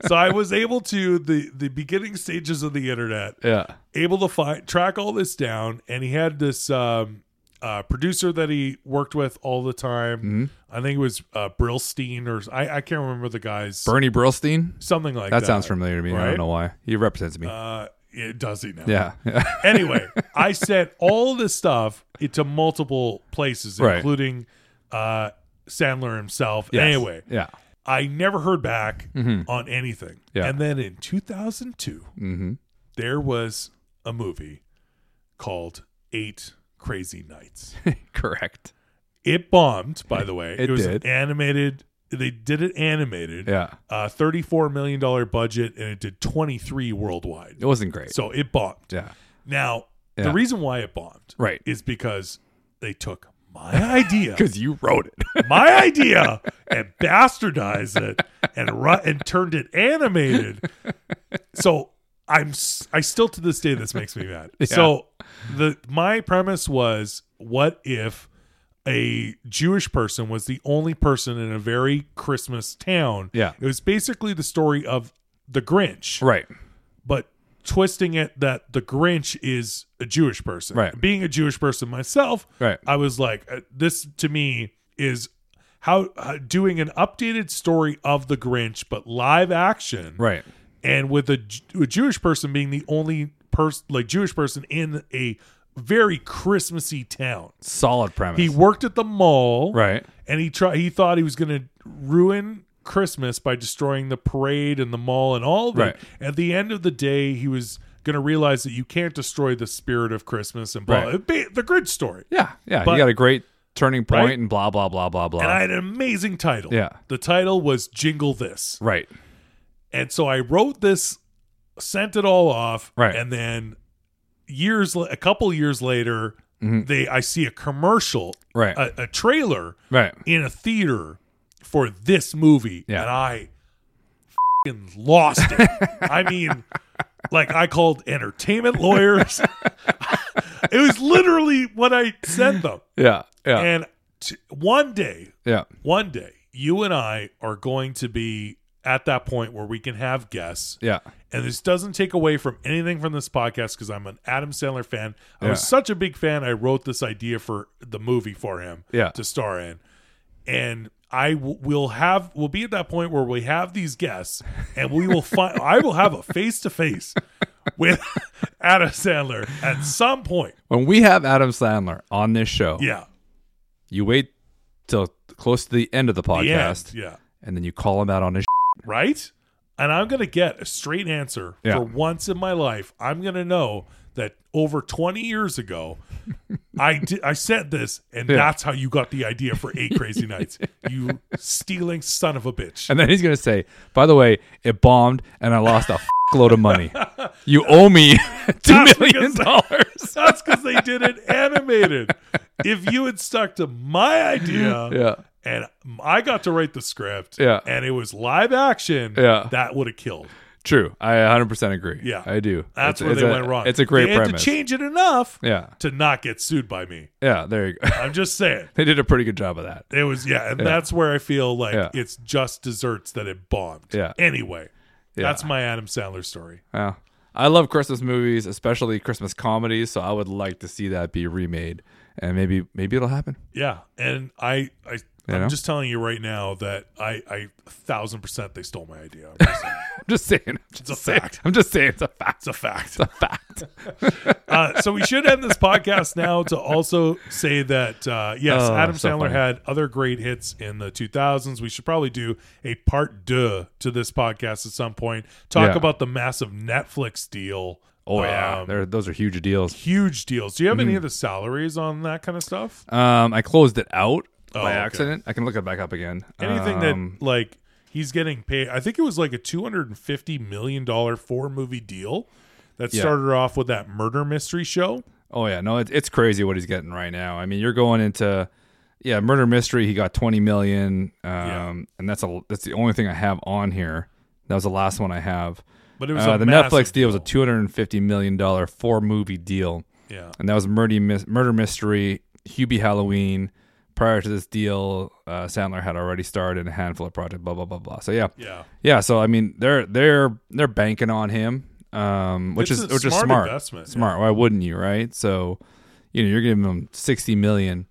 so I was able to the the beginning stages of the internet, yeah. able to find track all this down, and he had this um, uh, producer that he worked with all the time. Mm-hmm. I think it was uh, Brillstein or s- I, I can't remember the guy's Bernie Brillstein? something like that. That sounds familiar to me. I right? don't know why. He represents me. Uh, it does he now? yeah. Anyway, I sent all this stuff to multiple places, Right. including uh, Sandler himself. Yes. Anyway, Yeah. Mm-hmm. I never heard back on anything. Yeah. And then in 2002, Mm-hmm. there was a movie called Eight Crazy Nights. Correct. It bombed, by the way. It was did. animated. They did it animated. Yeah. Uh, $34 million budget, and it did 23 worldwide. It wasn't great. So it bombed. yeah. Now, the Yeah. reason why it bombed Right. is because they took my idea Because you wrote it. my idea and bastardized it and ru- and turned it animated. So I'm s- I still to this day this makes me mad. So the my premise was what if a Jewish person was the only person in a very Christmas town. Yeah. It was basically the story of the Grinch, right. but twisting it that the Grinch is a Jewish person. Right. Being a Jewish person myself, Right. I was like, uh, this to me is how uh, doing an updated story of the Grinch, but live action, Right. and with a, Ju- a Jewish person being the only person, like Jewish person in a very Christmassy town. Solid premise. He worked at the mall, right. and he tried. He thought he was going to ruin Christmas by destroying the parade and the mall and all that. Right. At the end of the day, he was going to realize that you can't destroy the spirit of Christmas and blah. Right. It'd be the Grinch story. Yeah. Yeah. But- you got a great turning point Right? and blah blah blah blah blah. and I had an amazing title. Yeah. The title was Jingle This. right. And so I wrote this, sent it all off, Right. and then years la- a couple years later, Mhm. they I see a commercial, Right. a, a trailer right. in a theater for this movie Yeah. and I fing lost it. I mean, like I called entertainment lawyers. it was literally what I sent them. Yeah. Yeah. And t- one day, yeah. one day you and I are going to be at that point where we can have guests. Yeah. And this doesn't take away from anything from this podcast because I'm an Adam Sandler fan. I was Yeah. such a big fan. I wrote this idea for the movie for him Yeah. to star in. And I w- will have we'll be at that point where we have these guests and we will find I will have a face to face with Adam Sandler at some point. When we have Adam Sandler on this show, Yeah. you wait till close to the end of the The end. podcast, Yeah. and then you call him out on his. Right? And I'm going to get a straight answer Yeah. for once in my life. I'm going to know that over 20 years ago I did, I said this and Yeah. that's how you got the idea for 8 crazy nights. You stealing son of a bitch. And then he's gonna say, "By the way, it bombed, and I lost a load of money. You owe me two That's million because- dollars." That's because they did it animated. If you had stuck to my idea Yeah, and I got to write the script Yeah. and it was live action, Yeah. that would have killed. true. I 100 percent agree. Yeah. I do. That's It's- where it's they a- went wrong. It's a great they had premise. to change it enough yeah, to not get sued by me. yeah. There you go. I'm just saying. they did a pretty good job of that. It was yeah, and that's where I feel like Yeah. it's just desserts that it bombed. Yeah. Anyway, Yeah. that's my Adam Sandler story. Yeah. I love Christmas movies, especially Christmas comedies. So I would like to see that be remade, and maybe maybe it'll happen. Yeah, and I I know? I'm just telling you right now that I I a thousand percent they stole my idea. I'm just saying. I'm just saying. I'm just a saying, fact. I'm just saying it's a fact. It's a fact. It's a fact. Uh, so we should end this podcast now to also say that uh, yes, Oh, Adam so Sandler funny. had other great hits in the 2000s. We should probably do a part deux to this podcast at some point. Talk Yeah. about the massive Netflix deal. Oh yeah, Mm. Um, They're those are huge deals. huge deals. Do you have any of the salaries on that kind of stuff? Um, I closed it out Oh, by okay. accident. I can look it back up again. Anything Um, that like he's getting paid? I think it was like a 250 million dollar four movie deal that Yeah. started off with that murder mystery show. Oh yeah, no, it, it's crazy what he's getting right now. I mean, you're going into yeah, murder mystery. He got 20 million, um, Yeah. and that's a that's the only thing I have on here. That was the last one I have. But it was Uh, a the massive Netflix deal was a 250 million dollar four movie deal, Yeah. and that was murder Mys- murder mystery, Hubie Halloween. Prior to this deal, uh, Sandler had already started a handful of projects. Blah blah blah blah. So yeah, Yeah. Yeah, so I mean, they're they're they're banking on him, um, which It's is a which is smart smart. investment, yeah. Smart. Why wouldn't you, right? So, you know, you're giving him sixty million,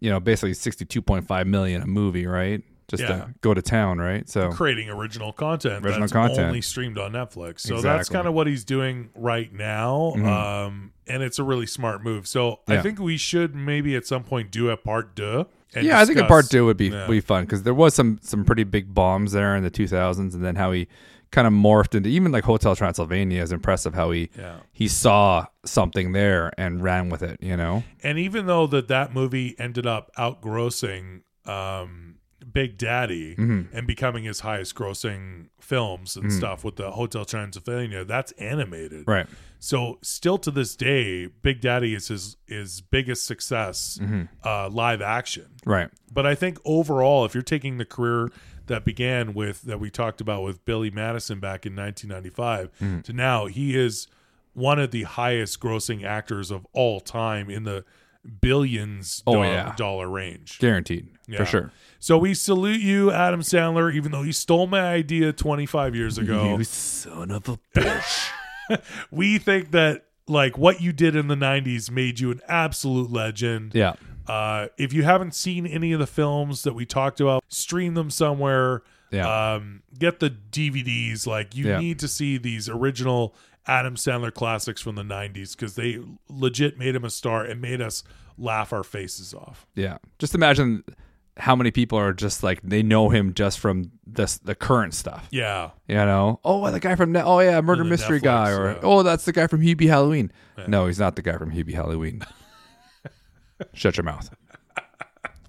you know, basically sixty two point five million a movie, right? Just Yeah. to go to town, right? So, creating original content Original that's content. only streamed on Netflix. So that's Exactly. Mm-hmm. kind of what he's doing right now. Um, and it's a really smart move. So I Yeah. think we should maybe at some point do a part deux. and yeah, I think a discuss- part two would be Yeah. be fun because there was some some pretty big bombs there in the two thousands, and then how he kind of morphed into even like Hotel Transylvania is impressive how he Yeah. he saw something there and ran with it, you know. And even though that that movie ended up outgrossing um, Big Daddy Mm-hmm. and becoming his highest grossing films Mm. and stuff with the Hotel Transylvania, that's animated. Right. So still to this day, Big Daddy is his his biggest success Mm-hmm. uh, live action. Right. But I think overall, if you're taking the career that began with that we talked about with Billy Madison back in 1995 Mm-hmm. to now, he is one of the highest grossing actors of all time in the billions Oh, do- yeah. dollar range. Guaranteed. Yeah. For sure. So we salute you, Adam Sandler, even though he stole my idea 25 years ago. son of a bitch. we think that like what you did in the 90s made you an absolute legend. yeah. Uh, if you haven't seen any of the films that we talked about, stream them somewhere. Yeah. Um, get the DVDs. Like you Yeah. need to see these original Adam Sandler classics from the '90s because they legit made him a star and made us laugh our faces off. Yeah. Just imagine how many people are just like they know him just from this the current stuff. Yeah, You know? Oh the guy from Net oh yeah, murder the mystery Netflix, guy or yeah. oh that's the guy from Hebe Halloween. No, he's not the guy from Hebe Halloween. Shut your mouth.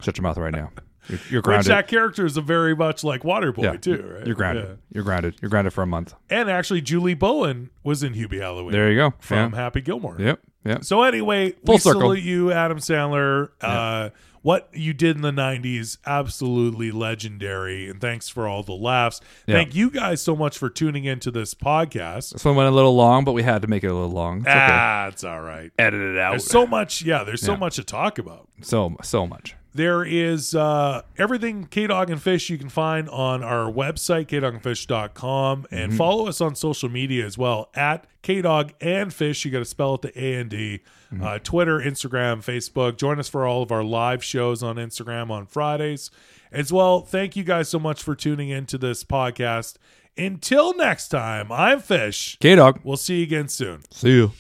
Shut your mouth right now. You're, you're which grounded. that character is a very much like Waterboy yeah. too. Right? You're grounded. Yeah. You're grounded. You're grounded for a month. And actually, Julie Bowen was in Hubie Halloween There you go. from yeah. Happy Gilmore. Yep. Yep. So anyway, Full we circle. salute you, Adam Sandler. Uh, what you did in the '90s, absolutely legendary, and thanks for all the laughs. Yeah. Thank you guys so much for tuning into this podcast. This one went a little long, but we had to make it a little long. It's okay. Ah, it's all right. Edit it out. There's so much, yeah. There's so much to talk about. so so much. There is uh, everything K Dog and Fish you can find on our website, kdogandfish.com, and follow us on social media as well at K Dog and Fish. You got to spell it the A and D. Uh, Twitter, Instagram, Facebook. Join us for all of our live shows on Instagram on Fridays. As well, thank you guys so much for tuning into this podcast. Until next time, I'm Fish. K Dog. We'll see you again soon. See you.